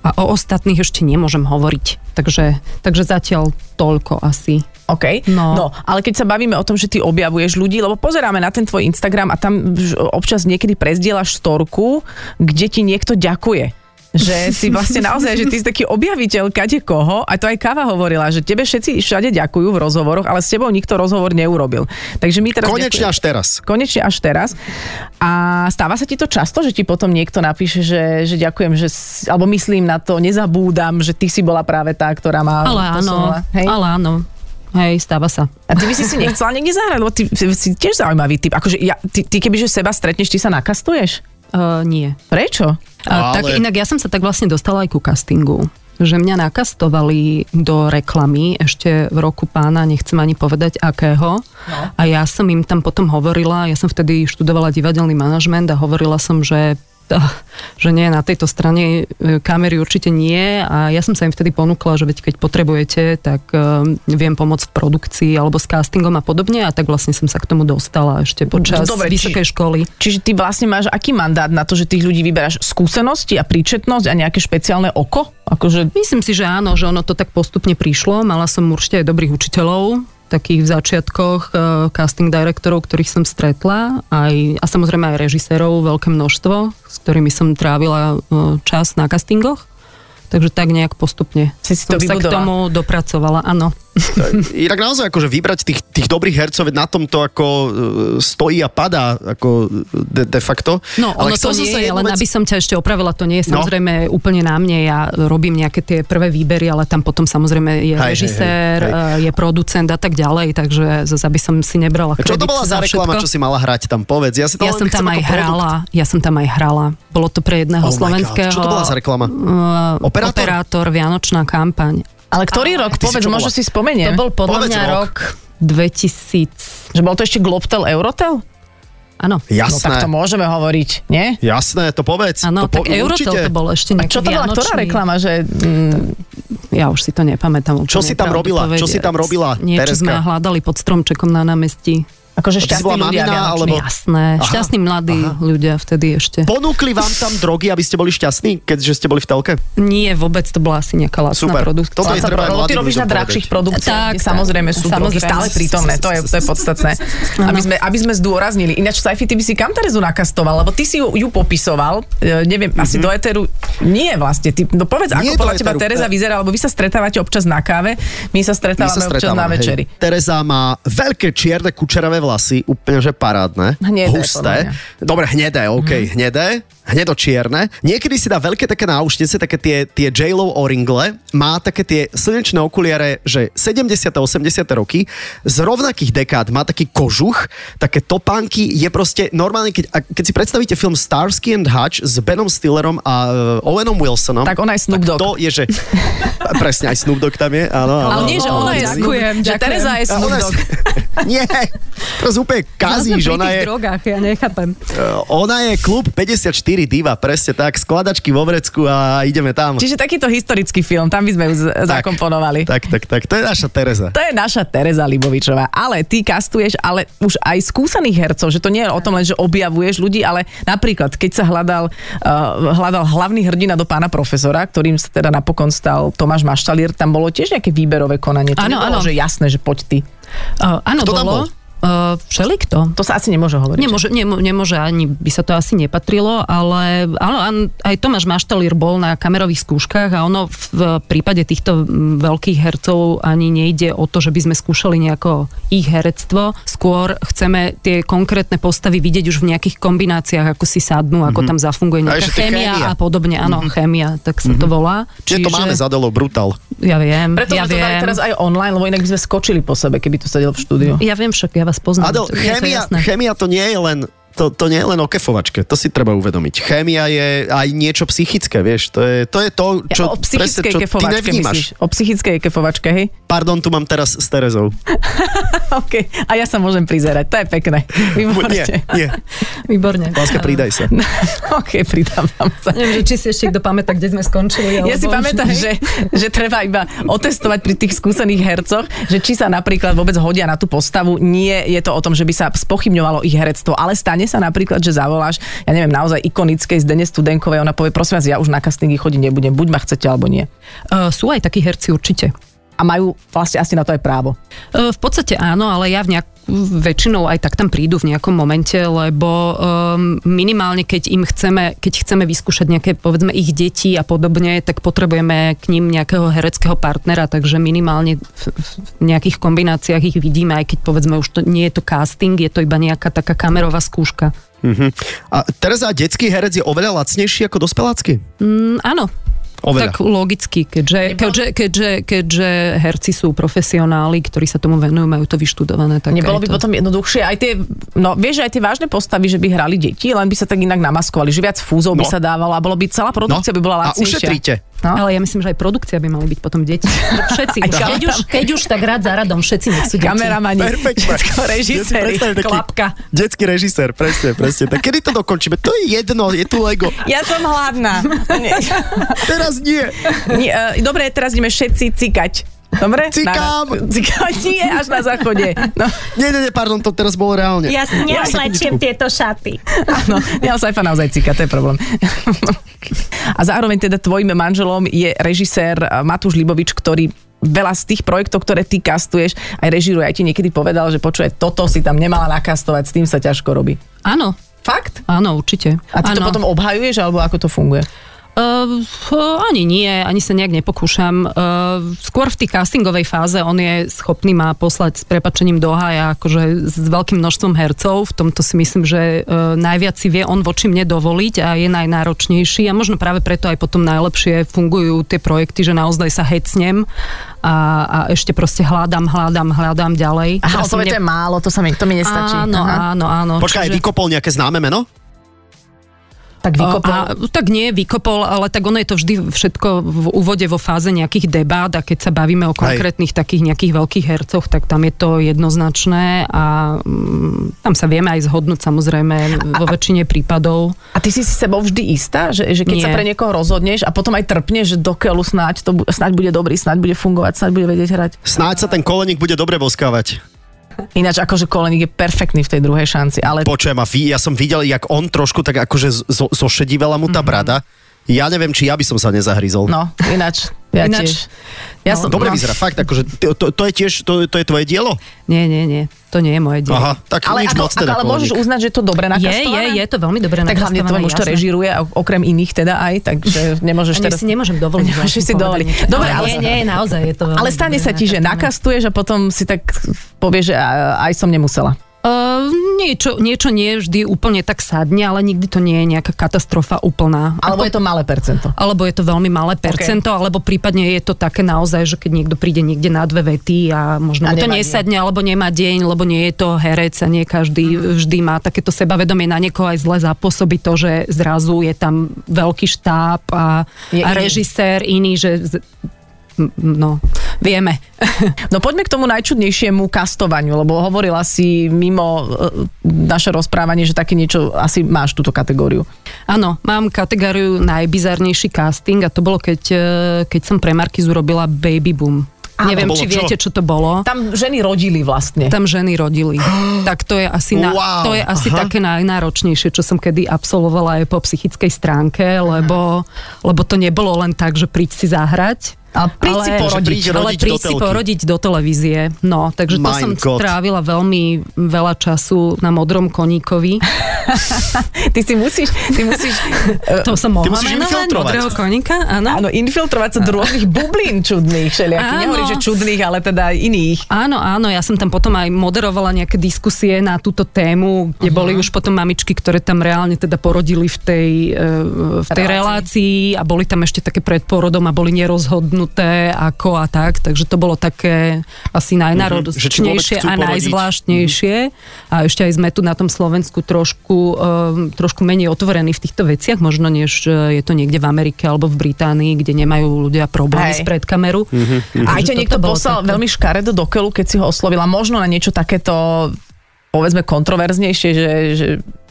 Speaker 5: a o ostatných ešte nemôžem hovoriť. Takže, takže zatiaľ toľko asi.
Speaker 3: OK.
Speaker 5: No.
Speaker 3: no. ale keď sa bavíme o tom, že ty objavuješ ľudí, lebo pozeráme na ten tvoj Instagram a tam vž- občas niekedy prezdieľaš storku, kde ti niekto ďakuje. Že si vlastne naozaj, že ty si taký objaviteľ kade koho, a to aj Kava hovorila, že tebe všetci všade ďakujú v rozhovoroch, ale s tebou nikto rozhovor neurobil. Takže my teraz
Speaker 2: Konečne až teraz.
Speaker 3: konečne až teraz. A stáva sa ti to často, že ti potom niekto napíše, že, že ďakujem, že, s- alebo myslím na to, nezabúdam, že ty si bola práve tá, ktorá ma
Speaker 5: Ale áno,
Speaker 3: posunula. Hej?
Speaker 5: ale áno. Hej, stáva sa.
Speaker 3: A ty by si si nechcela niekde zahrať, lebo ty si- si tiež zaujímavý typ. Akože ja, ty, ty kebyže seba stretneš, ty sa nakastuješ?
Speaker 5: Uh, nie.
Speaker 3: Prečo?
Speaker 5: A,
Speaker 2: Ale-
Speaker 5: tak inak ja som sa tak vlastne dostala aj ku castingu že mňa nakastovali do reklamy ešte v roku pána, nechcem ani povedať akého. No. A ja som im tam potom hovorila, ja som vtedy študovala divadelný manažment a hovorila som, že, ah, že nie, na tejto strane e, kamery určite nie. A ja som sa im vtedy ponúkla, že veď keď potrebujete, tak um, viem pomôcť v produkcii alebo s castingom a podobne. A tak vlastne som sa k tomu dostala ešte počas
Speaker 3: Dobre,
Speaker 5: Dobre,
Speaker 3: či-
Speaker 5: vysokej školy.
Speaker 3: Čiže ty vlastne máš aký mandát na to, že tých ľudí vyberáš skúsenosti a príčetnosť a nejaké špeciálne oko? Akože
Speaker 5: Myslím si, že áno, že ono to tak postupne prišlo. Mala som určite aj dobrých učiteľov, takých v začiatkoch e, casting direktorov, ktorých som stretla, aj, a samozrejme aj režisérov, veľké množstvo, s ktorými som trávila e, čas na castingoch. Takže tak nejak postupne
Speaker 3: Si si to
Speaker 5: som sa k
Speaker 3: vybudovala.
Speaker 5: tomu dopracovala, áno.
Speaker 2: Inak naozaj akože vybrať tých, tých dobrých hercov, veď na tom to ako e, stojí a padá ako e, de, de facto.
Speaker 5: No, ono
Speaker 2: chcel
Speaker 5: to
Speaker 2: som
Speaker 5: nie
Speaker 2: sa
Speaker 5: je, len
Speaker 2: jednu vec-
Speaker 5: aby som ťa ešte opravila, to nie je
Speaker 2: No.
Speaker 5: samozrejme úplne na mne, ja robím nejaké tie prvé výbery, ale tam potom samozrejme
Speaker 2: Hej,
Speaker 5: je
Speaker 2: hej,
Speaker 5: režisér,
Speaker 2: hej,
Speaker 5: eh, je producent a tak ďalej, takže zase aby som si nebrala
Speaker 2: Čo
Speaker 5: kredit
Speaker 2: to bola za reklama, čo si mala hrať tam, povedz. Ja, si to
Speaker 5: ja
Speaker 2: len
Speaker 5: som
Speaker 2: chcem
Speaker 5: tam
Speaker 2: ako
Speaker 5: aj
Speaker 2: produkt.
Speaker 5: hrala, ja som tam aj hrala. Bolo to pre jedného
Speaker 2: Oh my God,
Speaker 5: slovenského...
Speaker 2: čo to bola za reklama?
Speaker 5: eh,
Speaker 2: Operátor?
Speaker 5: operátor, Vianočná kampaň.
Speaker 3: ale ktorý
Speaker 5: Ale-
Speaker 3: rok,
Speaker 2: Ty si
Speaker 3: povedz,
Speaker 2: čo
Speaker 3: možno
Speaker 2: bola?
Speaker 3: si spomeniem.
Speaker 5: To bol podľa
Speaker 2: Povedz
Speaker 5: mňa
Speaker 2: rok.
Speaker 5: rok 2000...
Speaker 3: Že bol to ešte Globtel Eurotel?
Speaker 5: Áno.
Speaker 3: No
Speaker 2: Jasné,
Speaker 3: tak to môžeme hovoriť, nie?
Speaker 2: jasné, to povedz. to
Speaker 5: Áno,
Speaker 2: po,
Speaker 5: tak Eurotel
Speaker 2: určite.
Speaker 5: to bol ešte
Speaker 3: A
Speaker 5: nejaký
Speaker 3: čo to bola, ktorá
Speaker 5: vianočný-
Speaker 3: reklama, že... Mm,
Speaker 5: Ja už si to nepamätám.
Speaker 2: Čo
Speaker 5: úplne,
Speaker 2: si tam
Speaker 5: pravdu
Speaker 2: robila?
Speaker 5: povedať.
Speaker 2: Čo si tam robila,
Speaker 5: Niečo
Speaker 2: Tereska?
Speaker 5: sme hľadali pod stromčekom na námestí.
Speaker 3: akože
Speaker 2: ty si
Speaker 3: šťastní
Speaker 2: bola
Speaker 3: ľudia
Speaker 2: mamina,
Speaker 3: Vianoční.
Speaker 2: alebo-
Speaker 5: Lebo... Jasné,
Speaker 2: Aha.
Speaker 5: šťastní mladí Aha. ľudia vtedy ešte. Po...
Speaker 2: Ponúkli vám tam drogy, aby ste boli šťastní, keďže ste boli v telke?
Speaker 5: Nie, vôbec to bola asi nejaká lacná
Speaker 2: Super.
Speaker 5: produkcia.
Speaker 2: Toto je
Speaker 3: Sa-
Speaker 2: treba aj
Speaker 3: lebo ty
Speaker 2: mladým
Speaker 3: robíš na
Speaker 2: ľuďom
Speaker 4: povedať.
Speaker 3: drahších produkciách,
Speaker 5: Tak,
Speaker 3: kde
Speaker 5: tak.
Speaker 3: samozrejme sú drogy
Speaker 5: Samozrejme.
Speaker 3: stále prítomné, to je, to je podstatné. Aby sme, aby sme zdôraznili. Ináč, Saifi, ty by si kam Terezu nakastoval, lebo ty si ju, ju popisoval, e, neviem, asi do éteru, nie vlastne. Ty, no povedz,
Speaker 2: Nie do
Speaker 3: ako podľa teba
Speaker 2: éteru.
Speaker 3: Tereza vyzerá, lebo vy sa stretávate občas na káve, my sa
Speaker 2: My
Speaker 3: stretávame
Speaker 2: sa
Speaker 3: občas na
Speaker 2: stretávame, hej.
Speaker 3: večeri.
Speaker 2: Tereza má veľké čierne kučeravé vlasy, úplne že parádne.
Speaker 3: Hnedé, podľa Mhm.
Speaker 2: husté. Dobre, hnedé, OK, mm. hnedé, hnedočierne. Niekedy si dá veľké také náušnice, také tie, tie J-Lo oringle. Má také tie slnečné okuliare, že 70. a 80. roky, z rovnakých dekád má taký kožuch, také topánky, je proste normálne, keď, a keď si predstavíte film Starsky and Hutch s Benom Stillerom a e, Owenom Wilsonom,
Speaker 3: Tak on aj Snoop Dogg.
Speaker 2: to je, že... Presne, aj Snoop Dogg tam je, áno. áno.
Speaker 3: Ale nie, že
Speaker 5: no,
Speaker 3: ona je
Speaker 5: ďakujem,
Speaker 3: Snoop, že
Speaker 5: ďakujem.
Speaker 3: Tereza je
Speaker 2: A
Speaker 3: Snoop
Speaker 2: ona-
Speaker 3: Dogg.
Speaker 2: Nie, teraz úplne kazíš,
Speaker 5: Zase pri
Speaker 2: ona
Speaker 5: tých
Speaker 2: je,
Speaker 5: drogách, ja nechápem.
Speaker 2: ona je klub 54 diva, presne tak, skladačky vo vrecku a ideme tam.
Speaker 3: Čiže takýto historický film, tam by sme ju z- zakomponovali.
Speaker 2: Tak, tak, tak, to je naša Tereza.
Speaker 3: To je naša Tereza Libovičová. Ale ty kastuješ ale už aj skúsených hercov, že to nie je o tom len, že objavuješ ľudí, ale napríklad, keď sa hľadal, uh, hľadal hlavný hrdina do pána profesora, ktorým sa teda napokon stal Tomáš Maštalier, tam bolo tiež nejaké výberové konanie. To
Speaker 5: Áno,
Speaker 3: nebolo,
Speaker 5: áno.
Speaker 3: že jasné, že poď ty.
Speaker 5: Uh, áno,
Speaker 2: Kto tam
Speaker 5: bolo.
Speaker 2: bol?
Speaker 5: Uh, všelikto.
Speaker 3: To sa asi nemôže hovoriť.
Speaker 5: Nemôže, nemo, nemôže, ani by sa to asi nepatrilo, ale áno, an- aj Tomáš Maštalír bol na kamerových skúškach a ono v, v prípade týchto mm, veľkých hercov ani nejde o to, že by sme skúšali nejako ich herectvo, skôr chceme tie konkrétne postavy vidieť už v nejakých kombináciách, ako si sadnú, ako tam zafunguje
Speaker 2: Mhm. A
Speaker 5: nejaká
Speaker 2: ešte tie chémia. Mhm.
Speaker 5: chémia a podobne, áno, chémia, tak sa to volá.
Speaker 2: Čiže to máme za Delou Brutal.
Speaker 5: Ja viem,
Speaker 3: Preto sme to
Speaker 5: ja
Speaker 3: dali
Speaker 5: viem. No.
Speaker 3: teraz aj online, lebo inak by sme skočili po sebe, keby tu sedel v štúdiu.
Speaker 5: Ja viem však, ja vás poznám.
Speaker 2: Adel,
Speaker 5: mne je to
Speaker 2: chémia,
Speaker 5: jasné.
Speaker 2: chémia to nie je len to, to nie je len o kefovačke, to si treba uvedomiť. Chémia je aj niečo psychické, vieš, to je to, je to čo,
Speaker 3: ja, o psychickej
Speaker 2: presne, čo ty
Speaker 3: kefovačke
Speaker 2: nevnímaš.
Speaker 3: myslíš? O psychickej kefovačke, hej?
Speaker 2: Pardon, tu mám teraz s Terezou.
Speaker 3: OK. A ja sa môžem prizerať, to je pekné. Výborne.
Speaker 2: Nie, nie.
Speaker 5: Výborne.
Speaker 2: Láska, pridaj sa.
Speaker 3: OK, pridávam sa.
Speaker 5: Neviem, že či si ešte kto pamätá, kde sme skončili.
Speaker 3: Ja si pamätám, že, že treba iba otestovať pri tých skúsených hercoch, že či sa napríklad vôbec hodia na tú postavu. Nie je to o tom, že by sa spochybňovalo ich herectvo, ale stane sa napríklad, že zavoláš, ja neviem, naozaj ikonickej z Dene Studenkovej, ona povie, prosím vás, ja už na castingy chodiť nebudem, buď ma chcete, alebo nie.
Speaker 5: Uh, sú aj takí herci určite.
Speaker 3: A majú vlastne asi na to aj právo.
Speaker 5: Uh, v podstate áno, ale ja v nejak, väčšinou aj tak tam prídu v nejakom momente, lebo um, minimálne keď im chceme, keď chceme vyskúšať nejaké, povedzme, ich deti a podobne, tak potrebujeme k ním nejakého hereckého partnera, takže minimálne v, v nejakých kombináciách ich vidíme, aj keď povedzme už to nie je to casting, je to iba nejaká taká kamerová skúška.
Speaker 2: Mhm. A Tereza, detský herec je oveľa lacnejší ako dospelácky?
Speaker 5: Mm, áno.
Speaker 2: Oveľa.
Speaker 5: Tak logicky, keďže, keďže, keďže, keďže herci sú profesionáli, ktorí sa tomu venujú, majú to vyštudované. Tak
Speaker 3: Nebolo
Speaker 5: aj
Speaker 3: by
Speaker 5: to.
Speaker 3: potom jednoduchšie aj tie, no vieš, že aj tie vážne postavy, že by hrali deti, len by sa tak inak namaskovali, že viac fúzov by
Speaker 2: No.
Speaker 3: sa dávalo a bolo by celá produkcia No by bola
Speaker 2: a
Speaker 3: lacnejšia.
Speaker 2: ušetríte.
Speaker 3: No.
Speaker 5: Ale ja myslím, že aj produkcia by mali byť potom deti. Všetci. keď, už, keď už, tak rád za radom všetci nech sú deti.
Speaker 3: Kameramani,
Speaker 2: Perfektne.
Speaker 3: všetko režiséri,
Speaker 2: Ja si predstavím taký
Speaker 3: klapka.
Speaker 2: Detský režisér, presne, presne. Tak kedy to dokončíme? To je jedno, je tu Lego.
Speaker 3: Ja som hladná. Nie,
Speaker 2: Teraz nie.
Speaker 3: nie, e, Dobre, teraz ideme všetci cikať. Dobre?
Speaker 2: Cikám.
Speaker 3: Na- Cikať nie, až na záchode. No,
Speaker 2: Nie, nie, nie, pardon, to teraz bolo reálne.
Speaker 6: Ja si neoslečiem tieto šaty.
Speaker 3: áno, ja sa naozaj cika, to je problém. A zároveň teda tvojim manželom je režisér e, Matúš Libovič, ktorý veľa z tých projektov, ktoré ty kastuješ, aj režiruje, aj ti niekedy povedal, že počuje, toto si tam nemala nakastovať, s tým sa ťažko robí.
Speaker 5: Áno,
Speaker 3: Fakt?
Speaker 5: áno, určite.
Speaker 3: A ty
Speaker 5: áno.
Speaker 3: to potom obhajuješ, alebo ako to funguje?
Speaker 5: Uh, ani nie, ani sa nejak nepokúšam. Uh, skôr v tej castingovej fáze on je schopný ma poslať s prepačením do hája, akože s veľkým množstvom hercov. V tomto si myslím, že uh, najviac si vie on voči mne dovoliť a je najnáročnejší a možno práve preto aj potom najlepšie fungujú tie projekty, že naozaj sa hecnem a, a ešte proste hľadám, hľadám, hľadám ďalej.
Speaker 3: Aha,
Speaker 5: Teraz som
Speaker 3: odpoveď, to je málo, to sa mi, to mi nestačí.
Speaker 5: Áno,
Speaker 3: Aha.
Speaker 5: áno, áno.
Speaker 2: Počkaj, vykopol nejaké známe meno?
Speaker 3: Tak
Speaker 5: A, tak nie, vykopol, ale tak ono je to vždy všetko v úvode vo fáze nejakých debát a keď sa bavíme o konkrétnych takých nejakých veľkých hercoch, tak tam je to jednoznačné a mm, tam sa vieme aj zhodnúť samozrejme vo väčšine prípadov.
Speaker 3: A ty si si sebou vždy istá, že, že keď
Speaker 5: Nie.
Speaker 3: sa pre niekoho rozhodneš a potom aj trpneš, že do keľu snáď, to, bu- snáď bude dobrý, snáď bude fungovať, snáď bude vedieť hrať.
Speaker 2: Snáď sa ten koleník bude dobre boskávať.
Speaker 3: Ináč akože koleník je perfektný v tej druhej šanci, ale
Speaker 2: Počujem, a vy, ja som videl, jak on trošku tak akože zo, zošedivela mu tá brada. Ja neviem, či ja by som sa nezahryzol.
Speaker 3: Mhm. no, ináč. Ja
Speaker 5: Ináč-
Speaker 3: tiež. Ja
Speaker 5: No.
Speaker 3: som,
Speaker 2: Dobre
Speaker 3: no,
Speaker 2: vyzerá, fakt, akože to, to, to je tiež, to, to je tvoje dielo?
Speaker 5: Nie, nie, nie, to nie je moje
Speaker 3: No.
Speaker 5: dielo.
Speaker 2: Aha, tak
Speaker 3: Ale,
Speaker 2: nič
Speaker 3: ako,
Speaker 2: moc teda
Speaker 3: ako, ale môžeš
Speaker 2: koleník.
Speaker 3: uznať, že je to dobre
Speaker 5: Je,
Speaker 3: nakastované?
Speaker 5: je, je to veľmi dobre
Speaker 3: Tak hlavne tvojmu už to režiruje, a okrem iných teda aj, takže nemôžeš
Speaker 5: Ani
Speaker 3: teraz...
Speaker 5: si nemôžem dovoliť.
Speaker 3: Nemôžeš
Speaker 5: vlastne
Speaker 3: si
Speaker 5: povedať
Speaker 3: dovoliť.
Speaker 5: niečo.
Speaker 3: Dobre, ale-
Speaker 5: Nie, nie, naozaj je to veľmi
Speaker 3: Ale stane
Speaker 5: dobre
Speaker 3: sa ti, že
Speaker 5: nakastované.
Speaker 3: nakastuješ a potom si tak povieš, že a- aj som nemusela.
Speaker 5: Uh, niečo, niečo nie vždy úplne tak sadne, ale nikdy to nie je nejaká katastrofa úplná.
Speaker 3: Alebo je to malé percento.
Speaker 5: alebo je to veľmi malé percento, okay. alebo prípadne je to také naozaj, že keď niekto príde niekde na dve vety a možno
Speaker 3: A
Speaker 5: mu to
Speaker 3: nemá deň. Mhm.
Speaker 5: nesadne, alebo nemá deň, lebo nie je to herec a nie každý vždy má takéto sebavedomie na niekoho aj zle zapôsobí to, že zrazu je tam veľký štáb a,
Speaker 3: Je
Speaker 5: a
Speaker 3: iný.
Speaker 5: režisér iný, že z, m- no, vieme.
Speaker 3: No poďme k tomu najčudnejšiemu kastovaniu, lebo hovorila si mimo e, naše rozprávanie, že také niečo asi máš túto kategóriu.
Speaker 5: Áno, mám kategóriu najbizarnejší casting a to bolo, keď, e, keď som pre Markizu robila Baby Boom.
Speaker 2: Áno.
Speaker 5: Neviem,
Speaker 2: To bolo
Speaker 5: či
Speaker 2: čo?
Speaker 5: viete, čo to bolo.
Speaker 3: Tam ženy rodili vlastne.
Speaker 5: tam ženy rodili. tak to je asi, na,
Speaker 2: Wow,
Speaker 5: to je asi
Speaker 2: aha.
Speaker 5: také najnáročnejšie, čo som kedy absolvovala aj po psychickej stránke, lebo, lebo to nebolo len tak, že príď si zahrať,
Speaker 3: Ale príď si
Speaker 5: Ale-
Speaker 3: porodiť.
Speaker 2: príď rodiť
Speaker 5: ale
Speaker 2: do
Speaker 5: príď si
Speaker 2: telky.
Speaker 5: porodiť do televízie. No, takže to
Speaker 2: Mein
Speaker 5: som
Speaker 2: Gott.
Speaker 5: strávila veľmi veľa času na modrom koníkovi.
Speaker 3: Ty si musíš, ty musíš
Speaker 5: To som mohla
Speaker 2: musíš
Speaker 5: menovať
Speaker 2: infiltrovať.
Speaker 5: eh, modrého koníka, áno.
Speaker 3: áno, infiltrovať sa do rôznych bublín čudných všelijakých.
Speaker 5: Áno.
Speaker 3: Nehovorím, že čudných, ale teda iných.
Speaker 5: Áno, áno, ja som tam potom aj moderovala nejaké diskusie na túto tému, kde boli už potom mamičky, ktoré tam reálne teda porodili v tej, eh, v tej relácii a boli tam ešte také pred porodom a boli nerozhodnuté ako a tak, takže to bolo také
Speaker 3: Mhm.
Speaker 5: asi
Speaker 2: Že či vôbec
Speaker 5: najnárodnejšie
Speaker 2: chcú
Speaker 5: a
Speaker 2: porodiť.
Speaker 5: najzvláštnejšie
Speaker 3: Mhm.
Speaker 5: a ešte aj sme tu na tom Slovensku trošku, eh, trošku menej otvorení v týchto veciach, možno než eh, je to niekde v Amerike alebo v Británii, kde nemajú ľudia problémy
Speaker 3: Hej.
Speaker 5: s predkameru.
Speaker 3: A aj
Speaker 5: Takže
Speaker 3: ťa
Speaker 5: toto
Speaker 3: niekto
Speaker 5: bolo
Speaker 3: poslal
Speaker 5: také.
Speaker 3: veľmi škaredo do keľu, keď si ho oslovila. Možno na niečo takéto, povedzme, kontroverznejšie, že, že,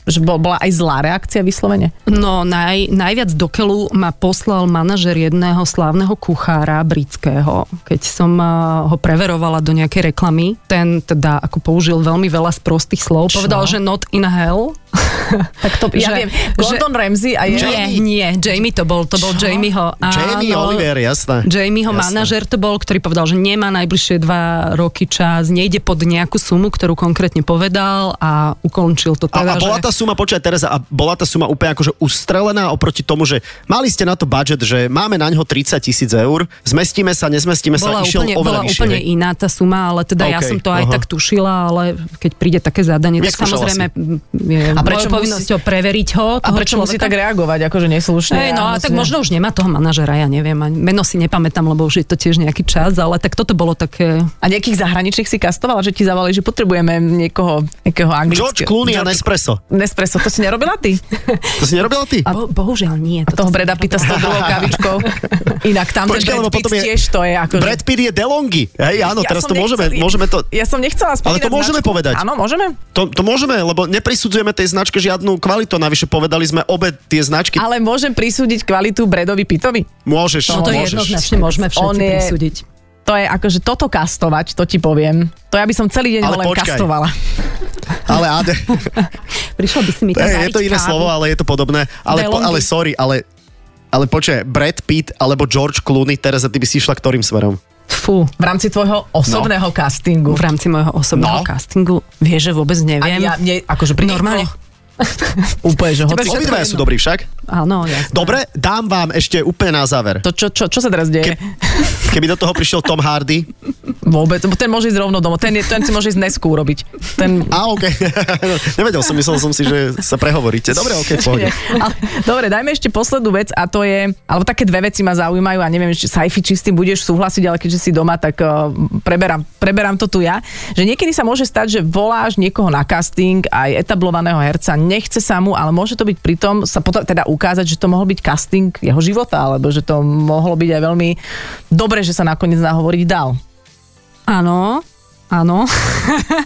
Speaker 3: že bol- bola aj zlá reakcia vyslovene.
Speaker 5: No naj, najviac do keľu ma poslal manažer jedného slávneho kuchára britského, keď som a, ho preverovala do nejakej reklamy. Ten teda ako použil veľmi veľa z prostých slov.
Speaker 3: Čo?
Speaker 5: Povedal, že not in hell.
Speaker 3: Tak to, ja
Speaker 5: Že-
Speaker 3: viem, Gordon Ramsay a je...
Speaker 5: Nie, nie, Jamie to bol, to bol
Speaker 3: Čo?
Speaker 5: Jamieho.
Speaker 2: Jamie
Speaker 5: Áno.
Speaker 2: Oliver, jasné.
Speaker 5: Jamieho
Speaker 2: Jasné.
Speaker 5: manažer to bol, ktorý povedal, že nemá najbližšie dva roky čas, nejde pod nejakú sumu, ktorú konkrétne povedal a ukončil to
Speaker 2: A, a
Speaker 5: teda,
Speaker 2: bola
Speaker 5: že...
Speaker 2: tá suma, počkaj Tereza, a bola tá suma úplne akože ustrelená oproti tomu, že mali ste na to budget, že máme na ňo 30 tisíc eur, zmestíme sa, nezmestíme sa,
Speaker 5: bola
Speaker 2: išiel
Speaker 5: úplne,
Speaker 2: oveľa
Speaker 5: bola
Speaker 2: vyššie.
Speaker 5: úplne
Speaker 2: hej?
Speaker 5: iná tá suma, ale teda ja
Speaker 2: OK,
Speaker 5: som to aj
Speaker 2: aha.
Speaker 5: tak tušila, ale keď príde také zadanie, tak
Speaker 2: Neskúšala
Speaker 5: samozrejme m, je
Speaker 3: A prečo
Speaker 5: a prečo
Speaker 3: musí-
Speaker 5: povinnosťou preveriť ho.
Speaker 3: A
Speaker 5: toho
Speaker 3: prečo musí
Speaker 5: človeka.
Speaker 3: tak reagovať, akože neslušne?
Speaker 5: Hej, no
Speaker 3: a
Speaker 5: a tak možno už nemá toho manažera, ja neviem, ani meno si nepamätám, lebo už je to tiež nejaký čas, ale tak toto bolo také...
Speaker 3: A nejakých zahraničných si kastovala, že ti zavolali, že potrebujeme niekoho, nejakého anglického.
Speaker 2: George Clooney a Nespresso.
Speaker 3: Nespresso, to si nerobila ty?
Speaker 2: To si nerobila ty?
Speaker 5: A bo, bohužiaľ nie.
Speaker 3: A toho Breda Pitta s tou druhou kavičkou. Inak tam
Speaker 2: Počkaj,
Speaker 3: ten
Speaker 2: lebo
Speaker 3: Brad Pitt
Speaker 2: potom je-
Speaker 3: tiež to je ako...
Speaker 2: Brad Pitt je DeLonghi. Hej, áno,
Speaker 3: Ja
Speaker 2: teraz
Speaker 3: som
Speaker 2: to môžeme,
Speaker 3: nechcela-
Speaker 2: môžeme to,
Speaker 3: Ja som nechcela spomínať
Speaker 2: Ale to môžeme
Speaker 3: značku.
Speaker 2: povedať.
Speaker 3: Áno, môžeme.
Speaker 2: to, to môžeme, lebo neprisudzujeme tej značke žiadnu kvalitu, navyše povedali sme obe tie značky.
Speaker 3: Ale môžem prisúdiť kvalitu Bredovi Pitovi?
Speaker 2: Môžeš,
Speaker 5: No to je
Speaker 2: môžeš.
Speaker 5: jednoznačne, môžeme
Speaker 3: On
Speaker 5: všetci
Speaker 3: je-
Speaker 5: prisúdiť.
Speaker 3: To je akože toto kastovať, to ti poviem. To ja by som celý deň
Speaker 2: Ale
Speaker 3: ho len
Speaker 2: počkaj.
Speaker 3: kastovala.
Speaker 2: Ale Ade,
Speaker 5: Prišla by si mi tam
Speaker 2: je to
Speaker 5: variť
Speaker 2: iné
Speaker 5: kávu.
Speaker 2: slovo, ale je to podobné. Ale, po,
Speaker 3: DeLonghi.
Speaker 2: ale sorry, ale, ale počkaj, Brad Pitt alebo George Clooney, Teresa, ty by si išla ktorým smerom?
Speaker 5: Fú,
Speaker 3: V rámci tvojho osobného castingu.
Speaker 5: v rámci môjho
Speaker 2: No.
Speaker 5: osobného castingu, vieš, že vôbec
Speaker 3: A
Speaker 5: neviem.
Speaker 3: ja, mne, akože pri
Speaker 5: Normálne.
Speaker 3: Úplne, že hoci.
Speaker 5: všetko
Speaker 2: Obidvaja sú
Speaker 5: jedno.
Speaker 2: dobrí však.
Speaker 5: Áno, jasné.
Speaker 2: Dobre, dám vám ešte úplne na záver.
Speaker 3: To čo, čo, čo sa teraz
Speaker 2: Ke,
Speaker 3: deje?
Speaker 2: keby do toho prišiel Tom Hardy.
Speaker 3: Vôbec, ten môže ísť rovno domov. Ten, je, ten si môže ísť dnesku urobiť. Ten,
Speaker 2: A OK. Nevedel som, myslel som si, že sa prehovoríte. Dobre, OK, v pohode.
Speaker 3: Nie. Ale, dobre, dajme ešte poslednú vec a to je, alebo také dve veci ma zaujímajú a neviem, či Saifi, či s tým budeš súhlasiť, ale keďže si doma, tak uh, preberám, preberám to tu ja, že niekedy sa môže stať, že voláš niekoho na casting, aj etablovaného herca, nechce sa mu, ale môže to byť pritom sa potom teda ukázať, že to mohol byť casting jeho života, alebo že to mohlo byť aj veľmi dobre, že sa nakoniec nahovoriť dal.
Speaker 5: Áno, áno.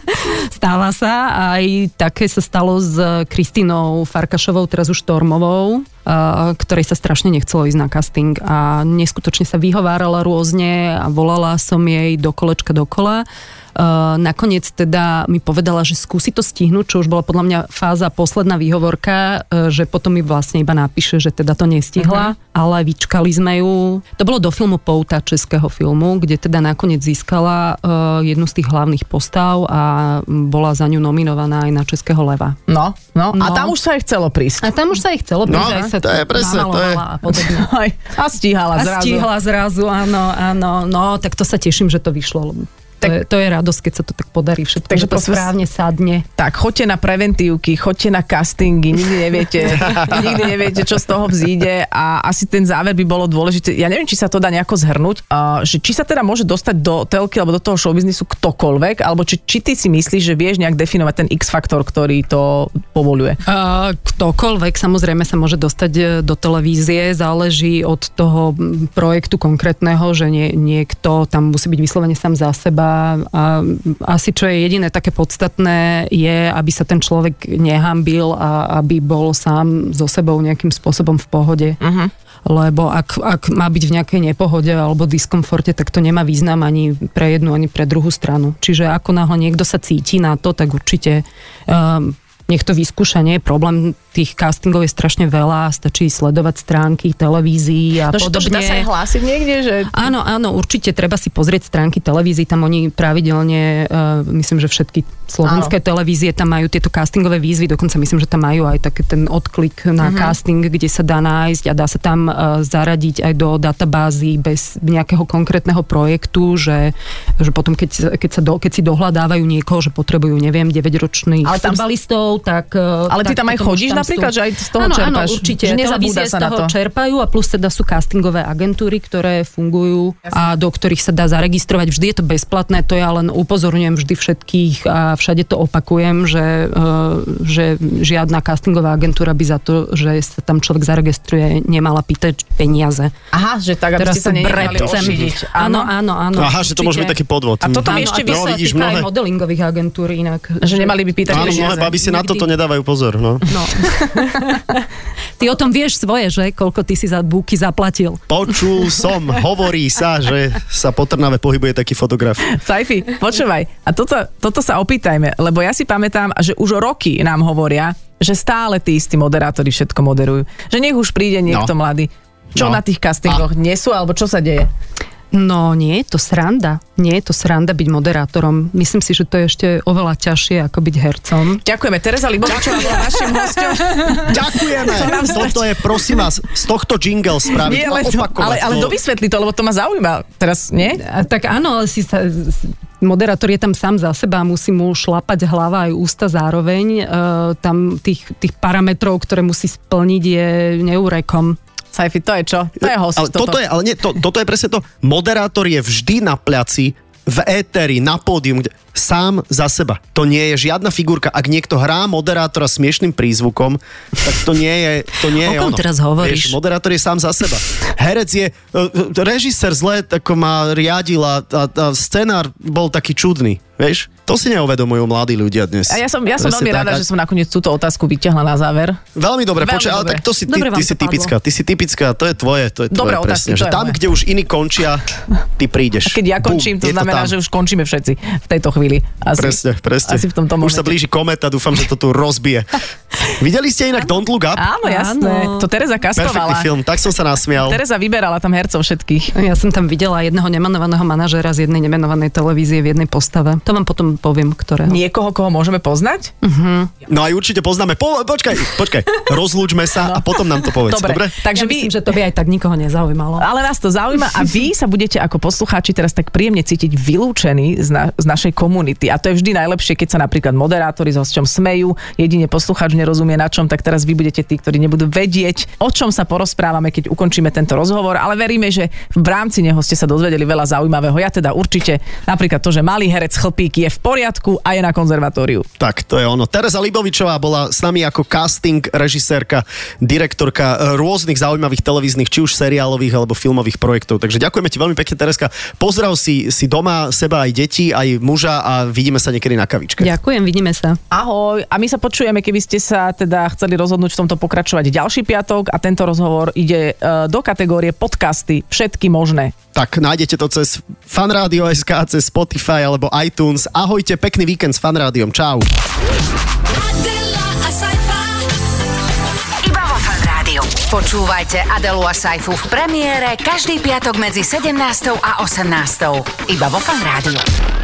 Speaker 5: Stáva sa. Aj také sa stalo s Kristínou Farkašovou, teraz už Tormovou, a- ktorej sa strašne nechcelo ísť na casting a neskutočne sa vyhovárala rôzne a volala som jej do kolečka dokola. Uh, nakoniec teda mi povedala, že skúsi to stihnúť, čo už bola podľa mňa fáza posledná výhovorka, eh, že potom mi vlastne iba napíše, že teda to nestihla, ale vyčkali sme ju. To bolo do filmu Pouta, českého filmu, kde teda nakoniec získala eh, jednu z tých hlavných postav a mm, bola za ňu nominovaná aj na Českého leva.
Speaker 3: No, no, no. a
Speaker 5: No.
Speaker 3: tam už sa aj chcelo prísť.
Speaker 5: A tam už sa jej chcelo,
Speaker 2: No,
Speaker 5: pretože aj sa
Speaker 2: to je presne, to je-
Speaker 5: namalovala a podobne.
Speaker 3: Aj, a stíhala
Speaker 5: A
Speaker 3: zrazu.
Speaker 5: stihla zrazu, áno, áno. No, tak to sa teším, že to vyšlo. lebo
Speaker 3: Tak-
Speaker 5: to, je, to je radosť, keď sa to tak podarí všetko,
Speaker 3: Takže
Speaker 5: Takže že to
Speaker 3: prosím vás-
Speaker 5: správne sadne.
Speaker 3: Tak, choďte na preventívky, choďte na castingy, nikdy neviete, nikdy neviete, čo z toho vzíde a asi ten záver by bolo dôležité. Ja neviem, či sa to dá nejako zhrnúť, a, že či sa teda môže dostať do telky alebo do toho showbiznisu ktokoľvek, alebo či, či ty si myslíš, že vieš nejak definovať ten X-faktor, ktorý to povoluje.
Speaker 5: A Ktokoľvek samozrejme sa môže dostať e, do televízie, záleží od toho mm, projektu konkrétneho, že nie, niekto tam musí byť vyslovene sám za seba. A mm, asi čo je jediné také podstatné je, aby sa ten človek nehambil a aby bol sám so sebou nejakým spôsobom v pohode. Uh-huh. Lebo ak, ak má byť v nejakej nepohode alebo diskomforte, tak to nemá význam ani pre jednu, ani pre druhú stranu. Čiže ako náhle niekto sa cíti na to, tak určite... Um, nech to ehm, vyskúša, nie je problém tých castingov je strašne veľa, stačí sledovať stránky televízií a
Speaker 3: No, že to, že
Speaker 5: podobne.
Speaker 3: dá sa aj hlásiť niekde, že...
Speaker 5: Áno, áno, určite treba si pozrieť stránky televízií, tam oni pravidelne, uh, myslím, že všetky slovenské áno. televízie tam majú tieto castingové výzvy, dokonca myslím, že tam majú aj taký ten odklik
Speaker 3: Mhm.
Speaker 5: na mm-hmm. casting, kde sa dá nájsť a dá sa tam uh, zaradiť aj do databázy bez nejakého konkrétneho projektu, že, že potom keď, keď, sa do, keď si dohľadávajú niekoho, že potrebujú, neviem, 9-ročných
Speaker 3: Ale tam-
Speaker 5: futbalistov, tak... Uh,
Speaker 3: Ale ty
Speaker 5: tak
Speaker 3: tam aj
Speaker 5: potom už
Speaker 3: chodíš napríklad,
Speaker 5: sú.
Speaker 3: že aj z toho
Speaker 5: áno,
Speaker 3: čerpáš?
Speaker 5: Áno, určite.
Speaker 3: Že nezabúda
Speaker 5: Televízie
Speaker 3: sa
Speaker 5: z
Speaker 3: na
Speaker 5: toho
Speaker 3: to.
Speaker 5: čerpajú a plus teda sú castingové agentúry, ktoré fungujú a do ktorých sa dá zaregistrovať. Vždy je to bezplatné, to ja len upozorňujem vždy všetkých a všade to opakujem, že, eh, že žiadna castingová agentúra by za to, že sa tam človek zaregistruje, nemala pýtať peniaze.
Speaker 3: Aha, že tak, aby ste sa nenechali
Speaker 5: brepcem.
Speaker 3: ošídiť.
Speaker 5: Áno, áno,
Speaker 2: No,
Speaker 5: áno.
Speaker 2: Aha, že to môže byť taký podvod.
Speaker 3: A toto mi
Speaker 5: Áno,
Speaker 3: ešte
Speaker 5: a to sa
Speaker 2: no,
Speaker 3: vysvetlí,
Speaker 2: vidíš,
Speaker 5: týka aj
Speaker 2: mnohé,
Speaker 5: modelingových agentúr inak.
Speaker 3: Že nemali by pýtať
Speaker 2: áno,
Speaker 3: peniaze.
Speaker 2: mnohé baby si na
Speaker 5: Nikdy.
Speaker 2: toto nedávajú pozor. No.
Speaker 5: No. Ty o tom vieš svoje, že? Koľko ty si za búky zaplatil.
Speaker 2: Počul som, hovorí sa, že sa po Trnave pohybuje taký fotograf.
Speaker 3: Saifi, počúvaj, a toto, toto sa opýtajme, lebo ja si pamätám, že už roky nám hovoria, že stále tí istí moderátori všetko moderujú. Že nech už príde niekto
Speaker 2: No.
Speaker 3: mladý. Čo
Speaker 2: No.
Speaker 3: na tých castingoch nesú, alebo čo sa deje?
Speaker 5: No nie je to sranda. Nie je to sranda byť moderátorom. Myslím si, že to je ešte oveľa ťažšie ako byť hercom.
Speaker 3: Ďakujeme. Tereza Libovičová bola našim hostom.
Speaker 2: Ďakujeme! Toto je, prosím vás, z tohto jingle spraviť.
Speaker 3: Nie,
Speaker 2: a
Speaker 3: ale,
Speaker 2: opakovať,
Speaker 3: ale, ale
Speaker 2: no.
Speaker 3: dovysvetli to, lebo to ma zaujíma. Teraz, nie?
Speaker 5: A tak áno, ale si sa, s- moderátor je tam sám za seba, musí mu šlapať hlava aj ústa zároveň. E, tam tých, tých parametrov, ktoré musí splniť, je neurekom.
Speaker 3: Saifi, to je čo? To je host.
Speaker 2: ale toto. je, ale nie, to, toto je presne to. Moderátor je vždy na placi, v éteri, na pódium, kde, sám za seba. To nie je žiadna figurka. Ak niekto hrá moderátora smiešným prízvukom, tak to nie je, to nie
Speaker 5: O
Speaker 2: je
Speaker 5: kom
Speaker 2: ono.
Speaker 5: teraz hovoríš?
Speaker 2: Vieš, moderátor je sám za seba. Herec je, e, e, režisér zle ako ma riadil a, a, a scenár bol taký čudný. Vieš, to si neuvedomujú mladí ľudia dnes.
Speaker 3: A ja som, ja som
Speaker 2: Presne
Speaker 3: veľmi
Speaker 2: tak.
Speaker 3: rada,
Speaker 2: A-
Speaker 3: že som nakoniec túto otázku vyťahla na záver.
Speaker 2: Veľmi dobre,
Speaker 3: Veľmi
Speaker 2: počkaj, ale
Speaker 3: dobre.
Speaker 2: tak to si, ty,
Speaker 5: Dobre vám
Speaker 2: ty si
Speaker 5: to padlo.
Speaker 2: typická, ty si typická, to je tvoje, to je tvoje
Speaker 3: Dobré
Speaker 2: presne,
Speaker 3: otázky, to
Speaker 2: že
Speaker 3: je
Speaker 2: tam,
Speaker 3: moje.
Speaker 2: kde už iní končia, ty prídeš.
Speaker 3: Keď ja
Speaker 2: Bum,
Speaker 3: končím,
Speaker 2: je
Speaker 3: to znamená,
Speaker 2: tam.
Speaker 3: že už končíme všetci v tejto chvíli. Asi,
Speaker 2: Presne, presne.
Speaker 3: Asi v
Speaker 2: už
Speaker 3: tomto
Speaker 2: sa
Speaker 3: momente.
Speaker 2: blíži kometa, dúfam, že to tu rozbije. Videli ste inak Don't Look Up?
Speaker 3: Áno, jasné.
Speaker 5: Áno.
Speaker 3: To Tereza
Speaker 2: Perfektný
Speaker 3: kastovala.
Speaker 2: film, tak som sa nasmial.
Speaker 3: Tereza vyberala tam hercov všetkých.
Speaker 5: Ja som tam videla jedného nemenovaného manažera z jednej nemenovanej televízie v jednej postave. To vám potom poviem, ktorého.
Speaker 3: Niekoho, koho môžeme poznať?
Speaker 2: No aj určite poznáme, po, počkaj, počkaj, rozlúčme
Speaker 3: No.
Speaker 2: sa a potom nám to povedz, dobre?
Speaker 3: Takže
Speaker 5: ja
Speaker 3: vy,
Speaker 5: myslím, že to by aj tak nikoho nezaujímalo.
Speaker 3: ale nás to zaujíma a vy sa budete ako poslucháči teraz tak príjemne cítiť vylúčení z, na, z našej komunity. A to je vždy najlepšie, keď sa napríklad moderátori s hosťom smejú, jedine poslucháč nerozumie na čom, tak teraz vy budete tí, ktorí nebudú vedieť, o čom sa porozprávame, keď ukončíme tento rozhovor, ale veríme, že v rámci neho ste sa dozvedeli veľa zaujímavého. Ja teda určite napríklad to, že malý herec chlpík je v poriadku a je na konzervatóriu.
Speaker 2: Tak, to je ono. Tereza Libovičová bola s nami ako casting režisérka, direktorka e, rôznych zaujímavých televíznych, či už seriálových alebo filmových projektov. Takže ďakujeme ti veľmi pekne, Tereska. Pozdrav si, si doma, seba aj deti, aj muža a vidíme sa niekedy na kavičke.
Speaker 5: Ďakujem, vidíme sa.
Speaker 3: Ahoj, a my sa počujeme, keby ste sa teda chceli rozhodnúť v tomto pokračovať ďalší piatok a tento rozhovor ide e, do kategórie podcasty všetky možné.
Speaker 2: Tak, nájdete to cez fanradio.sk, cez Spotify alebo iTunes. Ahojte, pekný víkend s fanrádiom. Čau.
Speaker 4: Adela, a sci-fi.
Speaker 1: Iba vo Fan Rádiu. Počúvajte Adelu a Saifu v premiére každý piatok medzi 17. a 18. Iba vo Fan Rádiu.